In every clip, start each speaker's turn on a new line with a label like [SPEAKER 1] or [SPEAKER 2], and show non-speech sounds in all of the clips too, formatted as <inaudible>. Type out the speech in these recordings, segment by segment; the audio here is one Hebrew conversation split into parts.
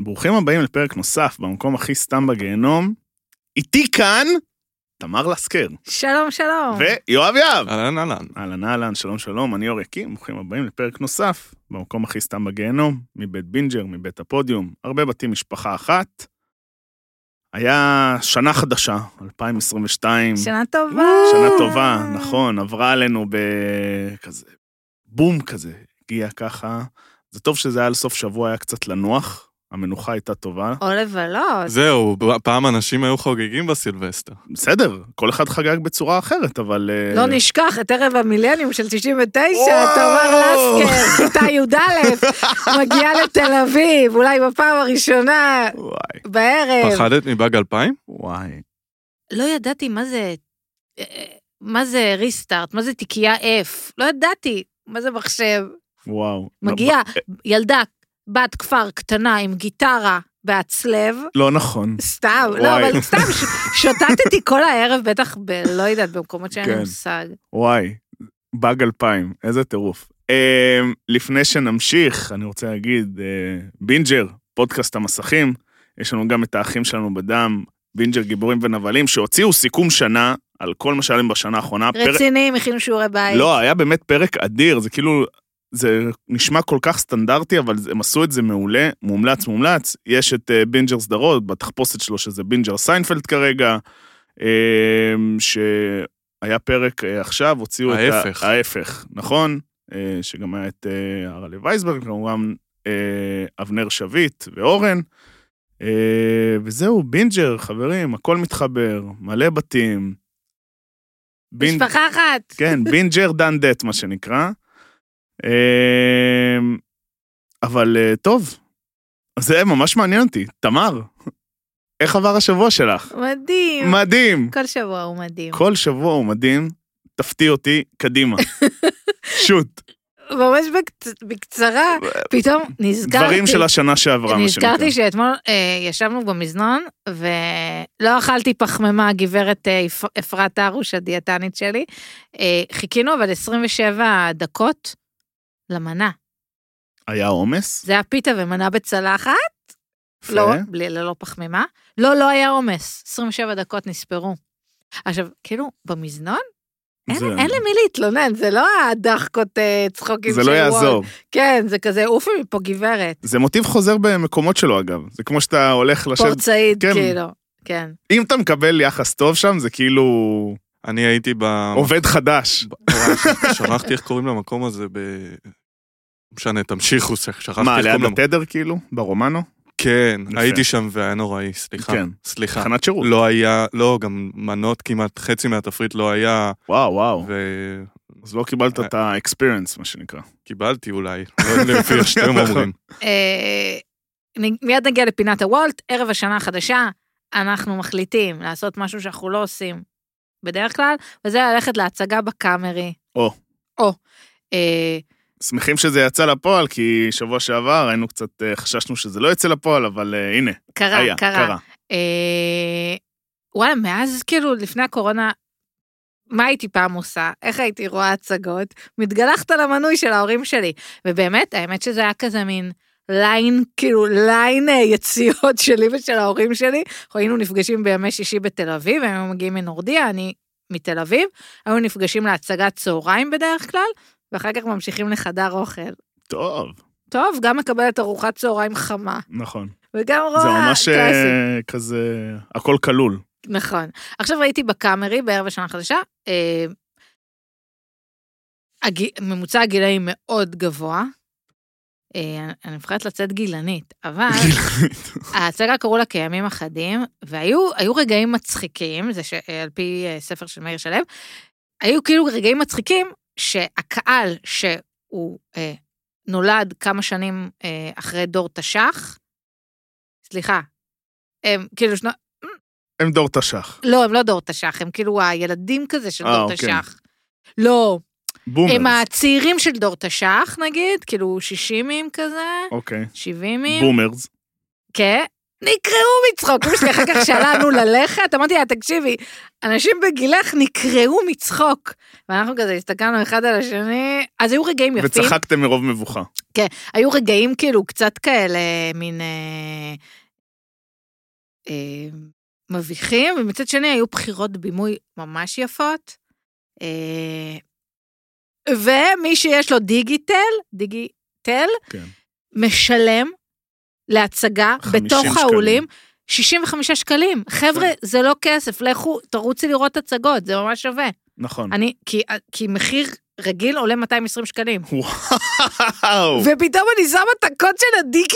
[SPEAKER 1] ברוכים הבאים לפרק נוסף במקום הכי סתם בגיהנום. איתי כאן תמר לסקר
[SPEAKER 2] שלום, שלום.
[SPEAKER 1] ויואב יהב.
[SPEAKER 3] אהלן אהלן.
[SPEAKER 1] אהלן אהלן, שלום שלום, אני אור יקים, ברוכים הבאים לפרק נוסף במקום הכי סתם בגיהנום, מבית בינג'ר, מבית הפודיום, הרבה בתים משפחה אחת. היה שנה חדשה, 2022.
[SPEAKER 2] שנה טובה.
[SPEAKER 1] שנה טובה, נכון, עברה עלינו בכזה בום כזה, הגיע ככה. זה טוב שזה היה לסוף שבוע, היה קצת לנוח, המנוחה הייתה טובה.
[SPEAKER 2] או לבלות.
[SPEAKER 3] זהו, פעם אנשים היו חוגגים בסילבסטר.
[SPEAKER 1] בסדר, כל אחד חגג בצורה אחרת, אבל... אה,
[SPEAKER 2] לא נשכח את ערב המילניום של 99,
[SPEAKER 1] וואו.
[SPEAKER 2] תמר לסקר, כיתה י"א, מגיעה לתל אביב, אולי בפעם הראשונה
[SPEAKER 1] וואי, כן.
[SPEAKER 2] בערב.
[SPEAKER 3] פחדת מבאג 2000?
[SPEAKER 1] וואי.
[SPEAKER 2] לא ידעתי מה זה, אה, מה זה ריסטארט, מה זה תיקייה F, לא ידעתי מה זה מחשב.
[SPEAKER 1] וואו.
[SPEAKER 2] מגיעה ילדה, בת כפר קטנה עם גיטרה בעצלב,
[SPEAKER 1] לא נכון.
[SPEAKER 2] סתם, לא,
[SPEAKER 1] וואי.
[SPEAKER 2] אבל סתם, ש- שוטטתי כל הערב, בטח ב... לא יודעת, במקומות שאין לי
[SPEAKER 1] כן.
[SPEAKER 2] מושג.
[SPEAKER 1] וואי, באג 2000, איזה טירוף. אה, לפני שנמשיך, אני רוצה להגיד, אה, בינג'ר, פודקאסט המסכים, יש לנו גם את האחים שלנו בדם, בינג'ר גיבורים ונבלים, שהוציאו סיכום שנה על כל מה שהיה להם בשנה האחרונה. פרק-
[SPEAKER 2] רציניים, הכינו שיעורי בית.
[SPEAKER 1] לא, היה באמת פרק אדיר, זה כאילו, זה נשמע כל כך סטנדרטי, אבל זה- הם עשו את זה מעולה, מומלץ, מומלץ. יש את אה, בינג'ר סדרות, בתחפושת שלו, שזה בינג'ר סיינפלד כרגע, אה, שהיה פרק אה, עכשיו, הוציאו את ה-
[SPEAKER 3] ההפך.
[SPEAKER 1] ההפך, נכון? אה, שגם היה את אה, הרלי וייסברג, כמובן אה, אבנר שביט ואורן. אה, וזהו, בינג'ר, חברים, הכל מתחבר, מלא בתים. בינג'-
[SPEAKER 2] משפחה אחת.
[SPEAKER 1] כן, בינג'ר דן דט, מה שנקרא. אמ, אבל אה, טוב, זה ממש מעניין אותי. תמר, איך עבר השבוע שלך?
[SPEAKER 2] מדהים.
[SPEAKER 1] מדהים.
[SPEAKER 2] כל שבוע הוא מדהים.
[SPEAKER 1] כל שבוע הוא מדהים, תפתיע אותי,
[SPEAKER 2] <laughs>
[SPEAKER 1] קדימה. שוט,
[SPEAKER 2] ממש בקצ- בקצרה, פתאום נזכרתי.
[SPEAKER 1] דברים של השנה שעברה, מה שנקרא.
[SPEAKER 2] נזכרתי שאתמול אה, ישבנו במזנון ולא אכלתי פחמימה, הגברת אה, אפ- אפרת הרוש, הדיאטנית שלי. אה, חיכינו אבל 27 דקות למנה.
[SPEAKER 1] היה עומס?
[SPEAKER 2] זה היה פיתה ומנה בצלחת.
[SPEAKER 1] יפה.
[SPEAKER 2] לא, בלי, ללא פחמימה. לא, לא היה עומס. 27 דקות נספרו. עכשיו, כאילו, במזנון? אין,
[SPEAKER 1] זה-
[SPEAKER 2] אין למי להתלונן, זה לא הדחקות אה, צחוקים
[SPEAKER 1] זה
[SPEAKER 2] של
[SPEAKER 1] לא
[SPEAKER 2] וולט.
[SPEAKER 1] יעזור.
[SPEAKER 2] כן, זה כזה, עופי מפה גברת.
[SPEAKER 1] זה מוטיב חוזר במקומות שלו, אגב. זה כמו שאתה הולך לשבת...
[SPEAKER 2] פורצאית,
[SPEAKER 1] כן.
[SPEAKER 2] כאילו. כן.
[SPEAKER 1] אם אתה מקבל יחס טוב שם, זה כאילו
[SPEAKER 3] אני הייתי ב...
[SPEAKER 1] עובד חדש.
[SPEAKER 3] ב- <laughs> שכחתי איך קוראים למקום הזה ב... לא משנה, תמשיכו, שכחתי
[SPEAKER 1] מה,
[SPEAKER 3] איך
[SPEAKER 1] ליד
[SPEAKER 3] קוראים למקום.
[SPEAKER 1] התדר כאילו? ברומנו?
[SPEAKER 3] כן,
[SPEAKER 1] יפה.
[SPEAKER 3] הייתי שם והיה נוראי, סליחה.
[SPEAKER 1] כן.
[SPEAKER 3] סליחה.
[SPEAKER 1] תחנת שירות.
[SPEAKER 3] לא היה, לא, גם מנות כמעט, חצי מהתפריט לא היה,
[SPEAKER 1] וואו, וואו.
[SPEAKER 3] וקיבלתי
[SPEAKER 1] אז לא קיבלת
[SPEAKER 3] אה.
[SPEAKER 1] את ה-experience, מה שנקרא.
[SPEAKER 3] אולי, לא לפי איך
[SPEAKER 1] <laughs> נכון.
[SPEAKER 3] שאתם אומרים.
[SPEAKER 2] אה, נ- מיד נגיע לפינת הוולט, ערב השנה החדשה, אנחנו מחליטים לעשות משהו שאנחנו לא עושים בדרך כלל, וזה ללכת להצגה בקאמרי.
[SPEAKER 1] או.
[SPEAKER 2] או. אה,
[SPEAKER 1] שמחים שזה יצא לפועל, כי שבוע שעבר היינו קצת, אה, חששנו שזה לא יצא לפועל, אבל אה, הנה,
[SPEAKER 2] קרה,
[SPEAKER 1] היה,
[SPEAKER 2] קרה.
[SPEAKER 1] קרה.
[SPEAKER 2] אה, וואלה, מאז כאילו לפני הקורונה, מה הייתי פעם עושה? איך הייתי רואה הצגות? מתגלחת על המנוי של ההורים שלי. ובאמת, האמת שזה היה כזה מין ליין, כאילו ליין אה, יציאות <laughs> שלי ושל ההורים שלי. אנחנו היינו נפגשים בימי שישי בתל אביב, הם היו מגיעים מנורדיה, אני מתל אביב, היו נפגשים להצגת צהריים בדרך כלל, ואחר כך ממשיכים לחדר אוכל.
[SPEAKER 1] טוב,
[SPEAKER 2] טוב, גם מקבלת ארוחת צהריים חמה,
[SPEAKER 1] נכון.
[SPEAKER 2] וגם רואה
[SPEAKER 1] זה ממש אה,
[SPEAKER 2] קלאסי.
[SPEAKER 1] כזה, הכל כלול.
[SPEAKER 2] נכון. עכשיו הייתי בקאמרי בערב השנה החדשה, אה, הג... ממוצע הגילאים מאוד גבוה. אה, אני מפחדת לצאת גילנית, אבל ההצגה קראו לה כימים אחדים, והיו היו רגעים מצחיקים, זה ש... על פי אה, ספר של מאיר שלו, היו כאילו רגעים מצחיקים שהקהל שהוא אה, נולד כמה שנים אה, אחרי דור תש"ח, סליחה, הם כאילו שנות...
[SPEAKER 1] <laughs> הם דור תש"ח.
[SPEAKER 2] לא, הם לא דור תש"ח, הם כאילו הילדים כזה של
[SPEAKER 1] אה,
[SPEAKER 2] דור
[SPEAKER 1] אוקיי.
[SPEAKER 2] תש"ח. לא, הם
[SPEAKER 1] בומרס.
[SPEAKER 2] הצעירים של דור תש"ח נגיד, כאילו שישימים כזה,
[SPEAKER 1] אוקיי.
[SPEAKER 2] שבעימים,
[SPEAKER 1] בומרס.
[SPEAKER 2] כן, נקרעו מצחוק. אמא שלי אחר כך שאלה לנו ללכת, אמרתי לה, תקשיבי, אנשים בגילך נקרעו מצחוק. ואנחנו כזה הסתכלנו אחד על השני, אז היו רגעים יפים.
[SPEAKER 1] וצחקתם מרוב מבוכה.
[SPEAKER 2] היו רגעים כאילו קצת כאלה, מין אה, אה, מביכים, ומצד שני היו בחירות בימוי ממש יפות. אה, ומי שיש לו דיגיטל, דיגיטל,
[SPEAKER 1] כן.
[SPEAKER 2] משלם להצגה
[SPEAKER 1] 50
[SPEAKER 2] בתוך
[SPEAKER 1] שקלים. כן.
[SPEAKER 2] האולים 65 שקלים. חבר'ה, זה לא כסף, לכו, תרוצי לראות הצגות, זה ממש שווה.
[SPEAKER 1] נכון.
[SPEAKER 2] אני, כי, כי מחיר רגיל עולה 220 שקלים.
[SPEAKER 1] וואו.
[SPEAKER 2] ופתאום אני שמה את הקוד של הדיגיטל,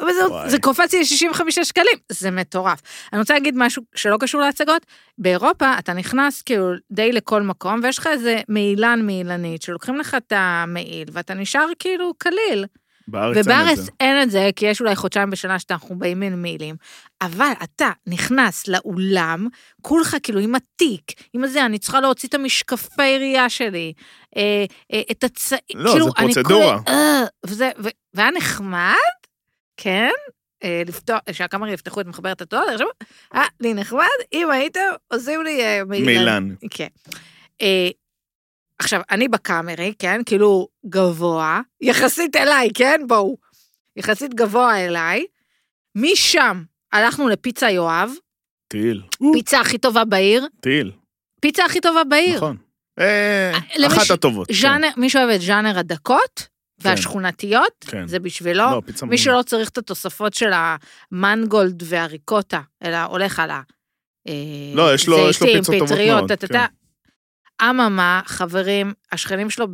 [SPEAKER 1] וואי.
[SPEAKER 2] וזה זה קופץ לי ל-65 שקלים, זה מטורף. אני רוצה להגיד משהו שלא קשור להצגות, באירופה אתה נכנס כאילו די לכל מקום, ויש לך איזה מעילן מעילנית, שלוקחים לך את המעיל, ואתה נשאר כאילו קליל.
[SPEAKER 1] בארץ אין את
[SPEAKER 2] ובארץ
[SPEAKER 1] זה.
[SPEAKER 2] אין את זה, כי יש אולי חודשיים בשנה שאנחנו באים מן מעילים. אבל אתה נכנס לאולם, כולך כאילו עם התיק, עם הזה, אני צריכה להוציא את המשקפי ראייה שלי, אה, אה, את הצ...
[SPEAKER 1] לא,
[SPEAKER 2] כאילו,
[SPEAKER 1] זה
[SPEAKER 2] אני
[SPEAKER 1] פרוצדורה.
[SPEAKER 2] כולה, אה, וזה, ו... והיה נחמד, כן? אה, לפתוח, שהקאמרי יפתחו את מחברת התואר, עכשיו, אה, לי נחמד, אם הייתם עושים לי אה, מעילן.
[SPEAKER 1] מילן.
[SPEAKER 2] כן. אה, עכשיו, אני בקאמרי, כן? כאילו גבוה, יחסית אליי, כן? בואו. יחסית גבוה אליי. משם הלכנו לפיצה יואב,
[SPEAKER 1] טיל.
[SPEAKER 2] פיצה הכי טובה בעיר,
[SPEAKER 1] טיל.
[SPEAKER 2] פיצה הכי טובה בעיר.
[SPEAKER 1] נכון. אה,
[SPEAKER 2] אה, למי ש-
[SPEAKER 1] אחת הטובות. כן,
[SPEAKER 2] ז'אנר, מי שאוהב את ז'אנר הדקות
[SPEAKER 1] כן.
[SPEAKER 2] והשכונתיות,
[SPEAKER 1] כן.
[SPEAKER 2] זה בשבילו.
[SPEAKER 1] לא, פיצה
[SPEAKER 2] מי
[SPEAKER 1] מדהימה.
[SPEAKER 2] שלא צריך את התוספות של המנגולד והריקוטה, אלא הולך על ה... אה,
[SPEAKER 1] לא, יש לו- יש לו
[SPEAKER 2] זיתים,
[SPEAKER 1] פיצות טובות
[SPEAKER 2] פטריות,
[SPEAKER 1] מאוד, כן.
[SPEAKER 2] טה-טה-טה. אממה, חברים, השכנים שלו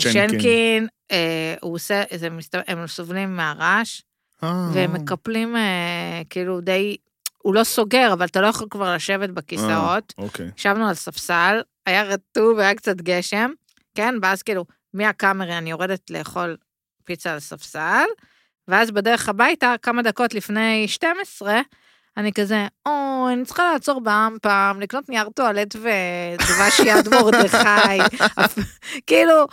[SPEAKER 1] צ'נקין.
[SPEAKER 2] בשנקין, אה, הוא עושה, זה מסתבר, הם סובלים מהרעש,
[SPEAKER 1] אה.
[SPEAKER 2] והם מקפלים אה, כאילו די, הוא לא סוגר, אבל אתה לא יכול כבר לשבת בכיסאות.
[SPEAKER 1] אוקיי.
[SPEAKER 2] ישבנו על ספסל, היה רטוב, היה קצת גשם, כן? ואז כאילו, מהקאמרי אני יורדת לאכול פיצה על ספסל, ואז בדרך הביתה, כמה דקות לפני 12, אני כזה, או, אני צריכה לעצור בעם פעם, לקנות נייר טואלט ודבש יד
[SPEAKER 1] <laughs>
[SPEAKER 2] מרדכי. אפ- כאילו...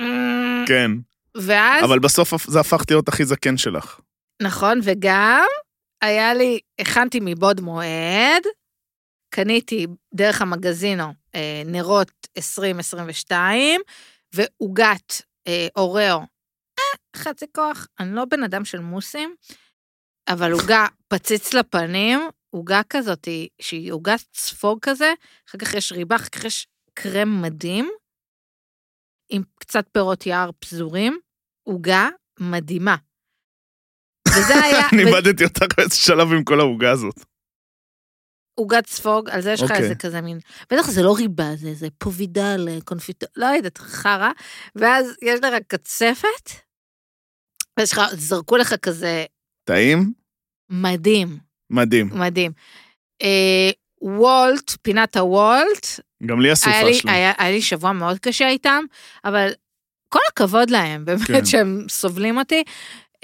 [SPEAKER 2] אמ,
[SPEAKER 1] כן.
[SPEAKER 2] ואז,
[SPEAKER 1] אבל בסוף הפ- זה הפך להיות הכי זקן שלך.
[SPEAKER 2] נכון, וגם היה לי, הכנתי מבעוד מועד, קניתי דרך המגזינו אה, נרות 2022, ועוגת אה, אוראו, אה, חצי כוח, אני לא בן אדם של מוסים, אבל עוגה פציץ לפנים, עוגה כזאת, היא- שהיא עוגת צפוג כזה, אחר כך יש ריבה, אחר כך יש קרם מדהים, עם קצת פירות יער פזורים, עוגה מדהימה. וזה היה...
[SPEAKER 1] <laughs> אני איבדתי אותך באיזה שלב עם כל העוגה הזאת.
[SPEAKER 2] עוגת ספוג, על זה יש לך
[SPEAKER 1] אוקיי.
[SPEAKER 2] איזה כזה מין, בטח זה לא ריבה, זה איזה פובידל, אה, קונפיטור, לא יודעת, חרא, ואז יש לך קצפת, ויש לך, זרקו לך כזה
[SPEAKER 1] טעים?
[SPEAKER 2] מדהים,
[SPEAKER 1] מדהים.
[SPEAKER 2] מדהים. אה, וולט, פינת הוולט,
[SPEAKER 1] גם לי הסופה
[SPEAKER 2] היה לי,
[SPEAKER 1] שלו.
[SPEAKER 2] היה, היה לי שבוע מאוד קשה איתם, אבל כל הכבוד להם, באמת
[SPEAKER 1] כן.
[SPEAKER 2] כן. שהם סובלים אותי.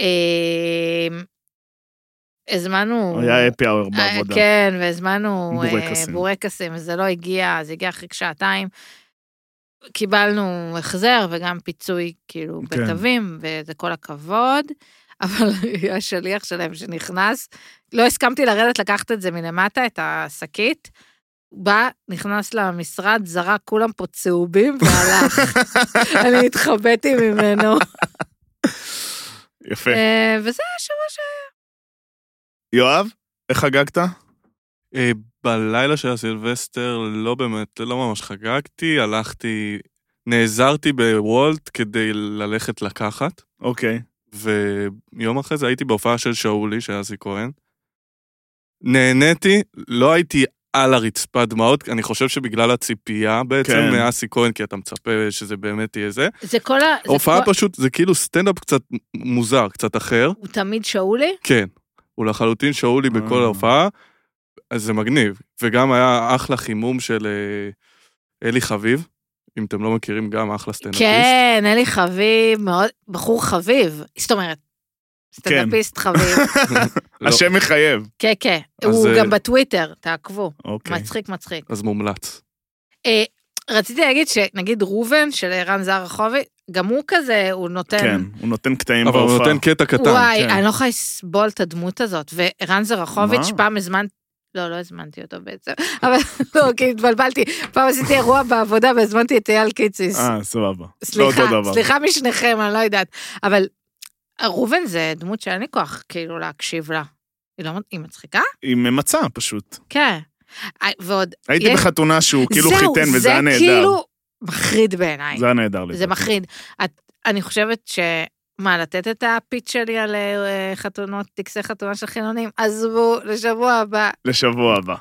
[SPEAKER 2] אה, הזמנו...
[SPEAKER 1] היה אפי האואר
[SPEAKER 2] אה,
[SPEAKER 1] בעבודה.
[SPEAKER 2] כן, והזמנו אה,
[SPEAKER 1] בורקסים.
[SPEAKER 2] בורקסים, זה לא הגיע, זה הגיע אחרי שעתיים. קיבלנו החזר וגם פיצוי, כאילו,
[SPEAKER 1] כן.
[SPEAKER 2] בתווים, וזה כל הכבוד. <laughs> אבל השליח שלהם שנכנס, לא הסכמתי לרדת לקחת את זה מלמטה, את השקית. בא, נכנס למשרד, זרק כולם פה צהובים והלך.
[SPEAKER 1] <laughs>
[SPEAKER 2] אני התחבאתי ממנו.
[SPEAKER 1] יפה.
[SPEAKER 2] אה, וזה השבוע ש...
[SPEAKER 1] יואב, איך חגגת?
[SPEAKER 3] אה, בלילה של הסילבסטר לא באמת, לא ממש חגגתי, הלכתי, נעזרתי בוולט כדי ללכת לקחת,
[SPEAKER 1] אוקיי.
[SPEAKER 3] ויום אחרי זה הייתי בהופעה של שאולי, של אסי כהן. נהניתי, לא הייתי על הרצפה דמעות, אני חושב שבגלל הציפייה בעצם
[SPEAKER 1] כן.
[SPEAKER 3] מאסי כהן, כי אתה מצפה שזה באמת יהיה זה.
[SPEAKER 2] זה כל ה... זה
[SPEAKER 3] הופעה
[SPEAKER 2] כל-
[SPEAKER 3] פשוט, זה כאילו סטנדאפ קצת מוזר, קצת אחר.
[SPEAKER 2] הוא תמיד שאולי?
[SPEAKER 3] כן, הוא לחלוטין שאולי בכל
[SPEAKER 1] אה.
[SPEAKER 3] ההופעה, אז זה מגניב. וגם היה אחלה חימום של אה, אלי חביב, אם אתם לא מכירים, גם אחלה סטנדאפיסט.
[SPEAKER 2] כן, אלי חביב, מאוד, בחור חביב, זאת אומרת,
[SPEAKER 3] כן.
[SPEAKER 2] סטנדאפיסט חביב,
[SPEAKER 3] <laughs> לא,
[SPEAKER 1] השם מחייב.
[SPEAKER 2] כן, כן,
[SPEAKER 3] אז,
[SPEAKER 2] הוא
[SPEAKER 3] אה,
[SPEAKER 2] גם בטוויטר, תעקבו,
[SPEAKER 1] אוקיי.
[SPEAKER 2] מצחיק, מצחיק.
[SPEAKER 3] אז מומלץ.
[SPEAKER 2] אה, רציתי להגיד שנגיד ראובן של רן זר רחובי, גם הוא כזה, הוא נותן...
[SPEAKER 1] כן, הוא נותן קטעים
[SPEAKER 3] אבל הוא
[SPEAKER 1] בהופעה.
[SPEAKER 3] נותן קטע קטן.
[SPEAKER 2] וואי,
[SPEAKER 3] כן.
[SPEAKER 2] אני לא יכולה לסבול את הדמות הזאת. ורן זרחוביץ',
[SPEAKER 1] מה?
[SPEAKER 2] פעם הזמנתי... לא, לא הזמנתי אותו בעצם, אבל לא, כי התבלבלתי. פעם עשיתי אירוע בעבודה והזמנתי את אייל קיציס.
[SPEAKER 1] אה, סבבה. לא
[SPEAKER 2] סליחה,
[SPEAKER 1] אותו דבר.
[SPEAKER 2] סליחה משניכם, אני לא יודעת. אבל ראובן זה דמות שאין לי כוח כאילו להקשיב לה. היא לא... היא מצחיקה?
[SPEAKER 1] היא ממצה פשוט.
[SPEAKER 2] כן. אה, ועוד...
[SPEAKER 1] הייתי
[SPEAKER 2] יש-
[SPEAKER 1] בחתונה שהוא כאילו
[SPEAKER 2] זהו,
[SPEAKER 1] חיתן וזה היה
[SPEAKER 2] זה
[SPEAKER 1] נהדר.
[SPEAKER 2] כאילו מחריד בעיניי.
[SPEAKER 1] זה היה נהדר לי.
[SPEAKER 2] זה מחריד. את, אני חושבת ש... מה, לתת את הפיץ שלי על אה, חתונות, טקסי חתונה של חילונים? עזבו, לשבוע הבא.
[SPEAKER 1] לשבוע הבא.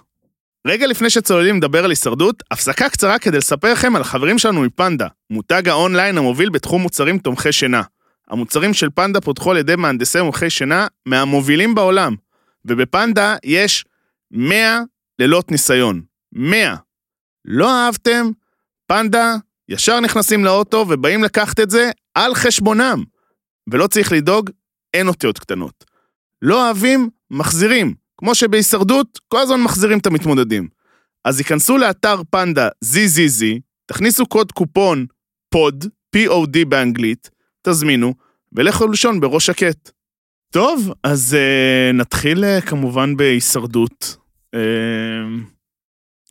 [SPEAKER 1] רגע לפני שצוללים לדבר על הישרדות, הפסקה קצרה כדי לספר לכם על החברים שלנו מפנדה, מותג האונליין המוביל בתחום מוצרים תומכי שינה. המוצרים של פנדה פותחו על ידי מהנדסי מומחי שינה מהמובילים בעולם, ובפנדה יש 100 לילות ניסיון. 100. לא אהבתם? פנדה, ישר נכנסים לאוטו ובאים לקחת את זה על חשבונם. ולא צריך לדאוג, אין אותיות קטנות. לא אוהבים, מחזירים. כמו שבהישרדות, כל הזמן מחזירים את המתמודדים. אז היכנסו לאתר פנדה ZZZ, תכניסו קוד קופון פוד, POD באנגלית, תזמינו, ולכו לישון בראש שקט. טוב, אז אה, נתחיל אה, כמובן בהישרדות. אה,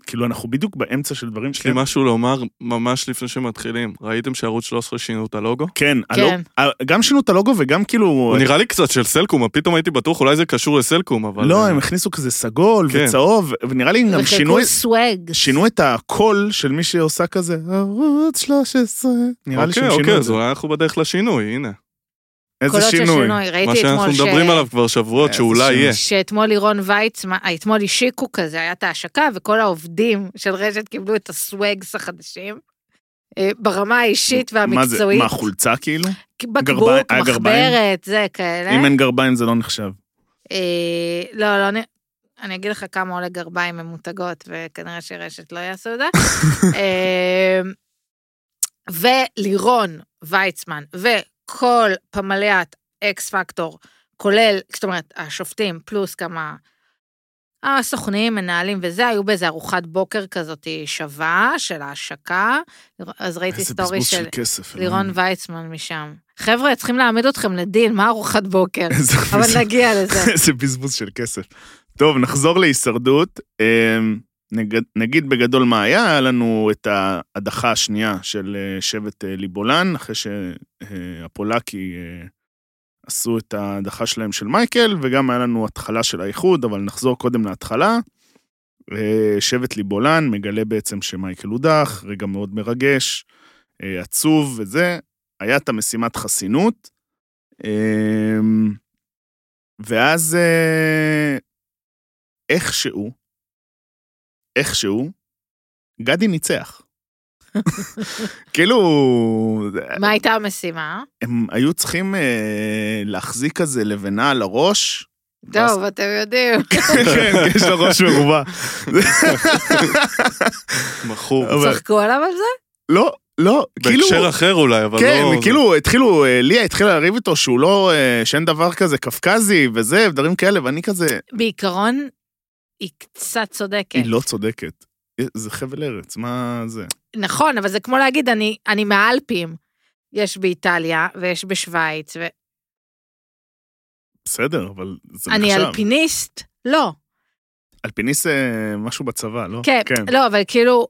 [SPEAKER 1] כאילו, אנחנו בדיוק באמצע של דברים
[SPEAKER 3] יש לי משהו לומר ממש לפני שמתחילים. ראיתם שערוץ 13 שינו את הלוגו?
[SPEAKER 1] כן, הלוג...
[SPEAKER 2] כן.
[SPEAKER 1] ה- גם שינו את הלוגו וגם כאילו...
[SPEAKER 3] הוא נראה לי קצת של סלקום, פתאום הייתי בטוח, אולי זה קשור לסלקום, אבל...
[SPEAKER 1] לא,
[SPEAKER 3] אה,
[SPEAKER 1] הם הכניסו כזה סגול
[SPEAKER 3] כן.
[SPEAKER 1] וצהוב, ונראה לי גם שינו...
[SPEAKER 2] וחילקו סוואג.
[SPEAKER 1] שינו את הקול של מי שעושה כזה, ערוץ 13. נראה לי שהם
[SPEAKER 3] אוקיי,
[SPEAKER 1] שינו
[SPEAKER 3] אוקיי,
[SPEAKER 1] את
[SPEAKER 3] אז
[SPEAKER 1] זה.
[SPEAKER 3] אולי אנחנו בדרך לשינוי, הנה.
[SPEAKER 1] איזה
[SPEAKER 2] קולות של
[SPEAKER 1] שינוי.
[SPEAKER 2] שינוי.
[SPEAKER 3] מה
[SPEAKER 2] ראיתי
[SPEAKER 3] שאנחנו
[SPEAKER 2] אתמול ש...
[SPEAKER 3] מדברים עליו כבר שבועות,
[SPEAKER 1] איזה
[SPEAKER 3] שאולי
[SPEAKER 1] שינוי.
[SPEAKER 3] יהיה.
[SPEAKER 2] שאתמול לירון ויצמן, אה, אתמול השיקו כזה, היה את ההשקה, וכל העובדים של רשת קיבלו את הסוואגס החדשים. אה, ברמה האישית
[SPEAKER 1] מה זה,
[SPEAKER 2] והמקצועית.
[SPEAKER 1] מה, חולצה כאילו?
[SPEAKER 2] בקבוק,
[SPEAKER 1] גרביים- אה, גרביים?
[SPEAKER 2] מחברת, זה כאלה.
[SPEAKER 1] אם אין גרביים זה לא נחשב.
[SPEAKER 2] אה, לא, לא, אני, אני אגיד לך כמה עולה גרביים ממותגות, וכנראה שרשת לא יעשו
[SPEAKER 1] <laughs>
[SPEAKER 2] את זה. אה, ולירון ויצמן וכל פמליית אקס פקטור, כולל, זאת אומרת, השופטים פלוס כמה... הסוכנים, מנהלים וזה, היו באיזה ארוחת בוקר כזאת שווה של ההשקה. אז ראיתי
[SPEAKER 1] איזה
[SPEAKER 2] סטורי
[SPEAKER 1] בזבוז
[SPEAKER 2] של
[SPEAKER 1] של כסף.
[SPEAKER 2] לירון
[SPEAKER 1] אלוהים.
[SPEAKER 2] ויצמן משם. חבר'ה, צריכים להעמיד אתכם לדין, מה ארוחת
[SPEAKER 1] <laughs>
[SPEAKER 2] בוקר?
[SPEAKER 1] <laughs> איזה בזבוז-
[SPEAKER 2] אבל נגיע לזה.
[SPEAKER 1] <laughs> איזה בזבוז של כסף. טוב, נחזור להישרדות. אמ, נג- נגיד בגדול מה היה, היה לנו את ההדחה השנייה של אה, שבט אה, ליבולן, אחרי שהפולקי אה, עשו את ההדחה שלהם של מייקל, וגם היה לנו התחלה של האיחוד, אבל נחזור קודם להתחלה. אה, שבט ליבולן מגלה בעצם שמייקל הודח, רגע מאוד מרגש, אה, עצוב וזה. היה את המשימת חסינות. אמ, ואז אה, איכשהו, איכשהו, גדי ניצח. כאילו,
[SPEAKER 2] מה הייתה המשימה?
[SPEAKER 1] הם היו צריכים אה, להחזיק כזה לבנה על הראש. ואז-
[SPEAKER 2] טוב, אתם יודעים.
[SPEAKER 1] <laughs> כן, יש לה ראש מרובע.
[SPEAKER 3] מכור.
[SPEAKER 1] אבל-
[SPEAKER 2] צחקו עליו על זה?
[SPEAKER 1] לא, לא, כאילו...
[SPEAKER 3] בהקשר אחר אולי, אבל לא...
[SPEAKER 1] כן,
[SPEAKER 3] זה-
[SPEAKER 1] כאילו, התחילו, אה, ליה התחילה לריב איתו שהוא לא, אה, שאין דבר כזה קפקזי וזה, ודברים כאלה, ואני כזה,
[SPEAKER 2] בעיקרון, היא קצת צודקת.
[SPEAKER 1] היא לא צודקת. אה, זה חבל ארץ, מה זה?
[SPEAKER 2] נכון, אבל זה כמו להגיד, אני- אני מהאלפים. יש באיטליה ויש בשוויץ, ואני
[SPEAKER 1] בסדר, אבל זה נחשב.
[SPEAKER 2] אלפיניסט? לא.
[SPEAKER 1] אלפיניסט אה, משהו בצבא, לא?
[SPEAKER 2] כן, לא, אבל כאילו,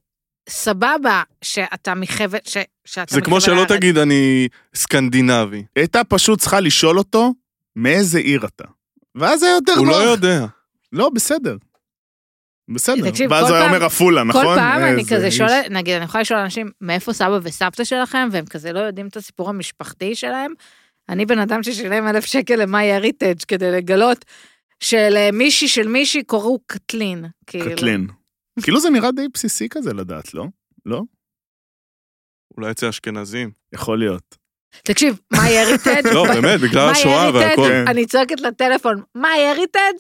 [SPEAKER 2] סבבה שאתה מחבל, ש- שאתה
[SPEAKER 3] זה כמו
[SPEAKER 2] מחבל
[SPEAKER 3] שלא
[SPEAKER 2] הארץ.
[SPEAKER 3] תגיד אני סקנדינבי.
[SPEAKER 1] היא הייתה פשוט צריכה לשאול אותו, מאיזה עיר אתה? ואז היה יותר
[SPEAKER 3] הוא
[SPEAKER 1] נוח.
[SPEAKER 3] לא יודע.
[SPEAKER 1] לא, בסדר. בסדר.
[SPEAKER 2] תקשיב,
[SPEAKER 1] ואז
[SPEAKER 2] כל
[SPEAKER 1] הוא היה
[SPEAKER 2] פעם-
[SPEAKER 1] אומר עפולה, נכון?
[SPEAKER 2] כל פעם אני
[SPEAKER 1] איזה
[SPEAKER 2] כזה
[SPEAKER 1] איש.
[SPEAKER 2] שואלת, נגיד, אני יכולה לשאול אנשים, מאיפה סבא וסבתא שלכם, והם כזה לא יודעים את הסיפור המשפחתי שלהם. אני בן אדם ששילם אלף שקל למאי הריטג' כדי לגלות שלמישהי של מישהי קוראו קטלין. כאילו.
[SPEAKER 1] קטלין. כאילו זה נראה די בסיסי כזה לדעת, לא?
[SPEAKER 3] אולי אצל אשכנזים.
[SPEAKER 1] יכול להיות.
[SPEAKER 2] תקשיב,
[SPEAKER 1] <laughs>
[SPEAKER 2] מאי הריטג'.
[SPEAKER 3] לא, באמת, בגלל
[SPEAKER 2] מאי
[SPEAKER 3] השואה
[SPEAKER 2] הריטג',
[SPEAKER 3] והכל.
[SPEAKER 1] כן.
[SPEAKER 2] אני צועקת לטלפון, מאי הריטג',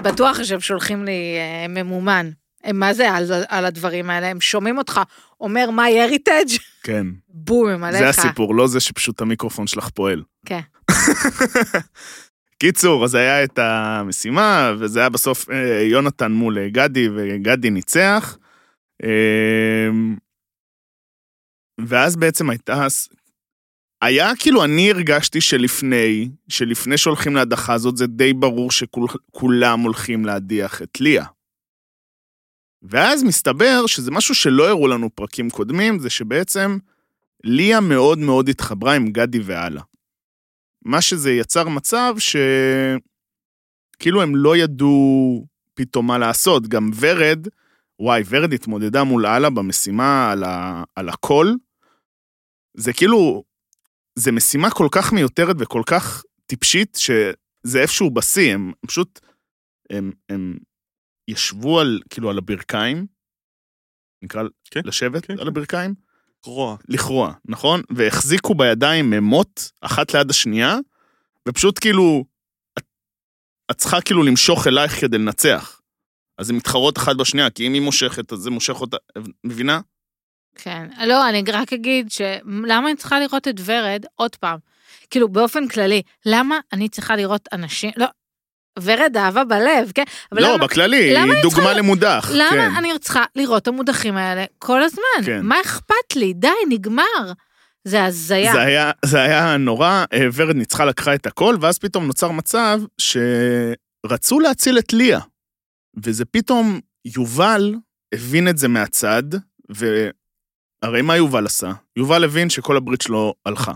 [SPEAKER 2] בטוח שהם שולחים לי אה, ממומן. הם מה זה על, על הדברים האלה? הם שומעים אותך אומר מאי הריטג',
[SPEAKER 1] כן.
[SPEAKER 2] בום, הם עליך.
[SPEAKER 1] זה הסיפור, לא זה שפשוט המיקרופון שלך פועל.
[SPEAKER 2] כן.
[SPEAKER 1] קיצור, אז היה את המשימה, וזה היה בסוף אה, יונתן מול אה, גדי, וגדי ניצח. אה, ואז בעצם הייתה... ס- היה כאילו, אני הרגשתי שלפני, שלפני שהולכים להדחה הזאת, זה די ברור שכולם הולכים להדיח את ליה. ואז מסתבר שזה משהו שלא הראו לנו פרקים קודמים, זה שבעצם ליה מאוד מאוד התחברה עם גדי והלאה. מה שזה יצר מצב שכאילו הם לא ידעו פתאום מה לעשות. גם ורד, וואי, ורד התמודדה מול אללה במשימה על, ה... על הכל. זה כאילו, זה משימה כל כך מיותרת וכל כך טיפשית, שזה איפשהו בשיא, הם פשוט, הם, הם ישבו על, כאילו, על הברכיים, נקרא,
[SPEAKER 3] כן,
[SPEAKER 1] לשבת
[SPEAKER 3] כן,
[SPEAKER 1] על
[SPEAKER 3] כן.
[SPEAKER 1] הברכיים,
[SPEAKER 3] רוע.
[SPEAKER 1] לכרוע, נכון? והחזיקו בידיים מות, אחת ליד השנייה, ופשוט כאילו, את- את צריכה כאילו למשוך אלייך כדי לנצח. אז הן מתחרות אחת בשנייה, כי אם היא מושכת, אז זה מושך אותה, מבינה?
[SPEAKER 2] כן. לא, אני רק אגיד שלמה אני צריכה לראות את ורד עוד פעם? כאילו, באופן כללי, למה אני צריכה לראות אנשים... לא, ורד אהבה בלב, כן? אבל
[SPEAKER 1] לא,
[SPEAKER 2] למה-
[SPEAKER 1] בכללי,
[SPEAKER 2] למה
[SPEAKER 1] היא
[SPEAKER 2] אני
[SPEAKER 1] דוגמה
[SPEAKER 2] צריכה-
[SPEAKER 1] למודח. כן.
[SPEAKER 2] למה אני צריכה לראות את המודחים האלה כל הזמן?
[SPEAKER 1] כן.
[SPEAKER 2] מה אכפת לי? די, נגמר. זה הזיה.
[SPEAKER 1] זה היה, זה היה נורא, אה, ורד ניצחה לקחה את הכל, ואז פתאום נוצר מצב שרצו להציל את ליה. וזה פתאום, יובל הבין את זה מהצד, והרי מה יובל עשה? יובל הבין שכל הברית שלו הלכה.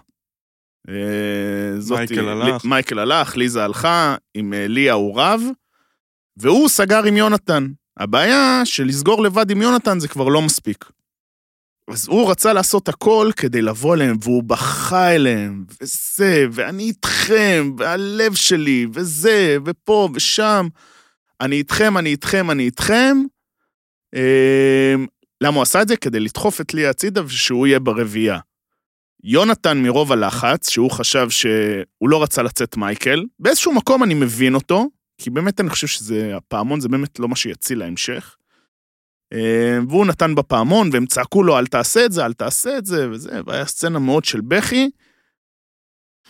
[SPEAKER 1] אה,
[SPEAKER 3] מייקל הלך.
[SPEAKER 1] לי, מייקל הלך, ליזה הלכה, עם אה, ליה הוא רב, והוא סגר עם יונתן. הבעיה שלסגור לבד עם יונתן זה כבר לא מספיק. אז הוא רצה לעשות הכל כדי לבוא אליהם, והוא בכה אליהם, וזה, ואני איתכם, והלב שלי, וזה, ופה ושם. אני איתכם, אני איתכם, אני איתכם. אמ, למה הוא עשה את זה? כדי לדחוף את ליה הצידה ושהוא יהיה ברביעייה. יונתן מרוב הלחץ, שהוא חשב שהוא לא רצה לצאת מייקל, באיזשהו מקום אני מבין אותו, כי באמת אני חושב שזה, הפעמון זה באמת לא מה שיציל ההמשך. אה, והוא נתן בפעמון, והם צעקו לו, אל תעשה את זה, אל תעשה את זה, וזה, והיה סצנה מאוד של בכי.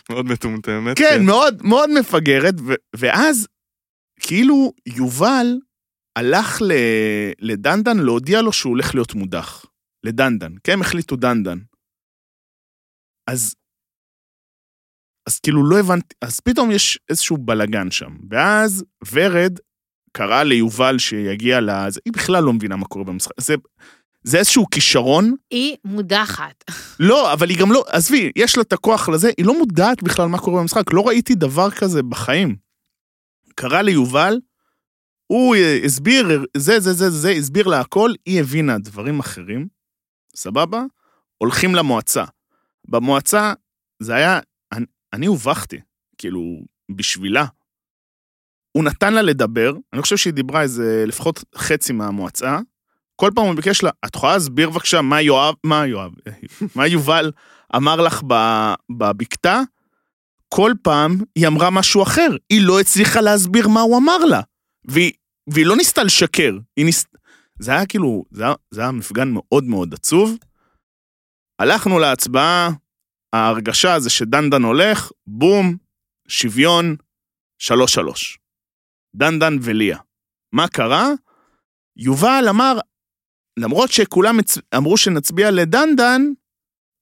[SPEAKER 3] מאוד מטומטמת.
[SPEAKER 1] כן, מאוד, מאוד מפגרת, ו- ואז כאילו יובל הלך ל- לדנדן להודיע לו שהוא הולך להיות מודח. לדנדן, כי הם החליטו דנדן. אז, אז כאילו לא הבנתי, אז פתאום יש איזשהו בלגן שם. ואז ורד קרא ליובל שיגיע לזה, היא בכלל לא מבינה מה קורה במשחק. זה, זה איזשהו כישרון
[SPEAKER 2] היא מודחת.
[SPEAKER 1] לא, אבל היא גם לא, עזבי, יש לה את הכוח לזה, היא לא מודעת בכלל מה קורה במשחק, לא ראיתי דבר כזה בחיים. קרא ליובל, הוא אה, הסביר, זה, זה, זה, זה, הסביר לה הכל, היא הבינה דברים אחרים, סבבה? הולכים למועצה. במועצה, זה היה, אני, אני הובכתי, כאילו, בשבילה. הוא נתן לה לדבר, אני חושב שהיא דיברה איזה לפחות חצי מהמועצה. כל פעם הוא ביקש לה, את יכולה להסביר בבקשה מה יואב, מה יואב, מה יובל אמר לך ב- בבקתה? כל פעם היא אמרה משהו אחר, היא לא הצליחה להסביר מה הוא אמר לה. והיא, והיא לא ניסתה לשקר, היא ניס... זה היה כאילו, זה היה, זה היה מפגן מאוד מאוד עצוב. הלכנו להצבעה, ההרגשה זה שדנדן הולך, בום, שוויון, שלוש שלוש. דנדן וליה. מה קרה? יובל אמר, למרות שכולם הצ- אמרו שנצביע לדנדן,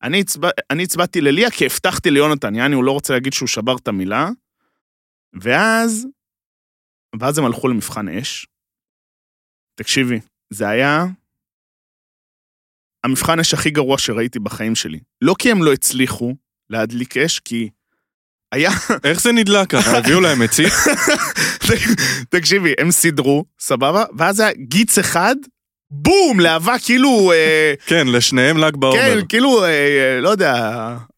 [SPEAKER 1] אני, הצבע, אני הצבעתי לליה כי הבטחתי ליונתן, יעני, הוא לא רוצה להגיד שהוא שבר את המילה. ואז, ואז הם הלכו למבחן אש. תקשיבי, זה היה המבחן אש הכי גרוע שראיתי בחיים שלי. לא כי הם לא הצליחו להדליק אש, כי <laughs> היה
[SPEAKER 3] כן. איך זה נדלק
[SPEAKER 1] <laughs>
[SPEAKER 3] ככה? הביאו להם עצים?
[SPEAKER 1] תקשיבי, הם סידרו, סבבה? ואז היה גיץ אחד, בום, להבה כאילו, אה,
[SPEAKER 3] כן, לשניהם ל"ג
[SPEAKER 1] כן,
[SPEAKER 3] בעומר.
[SPEAKER 1] כאילו, אה, אה, לא יודע,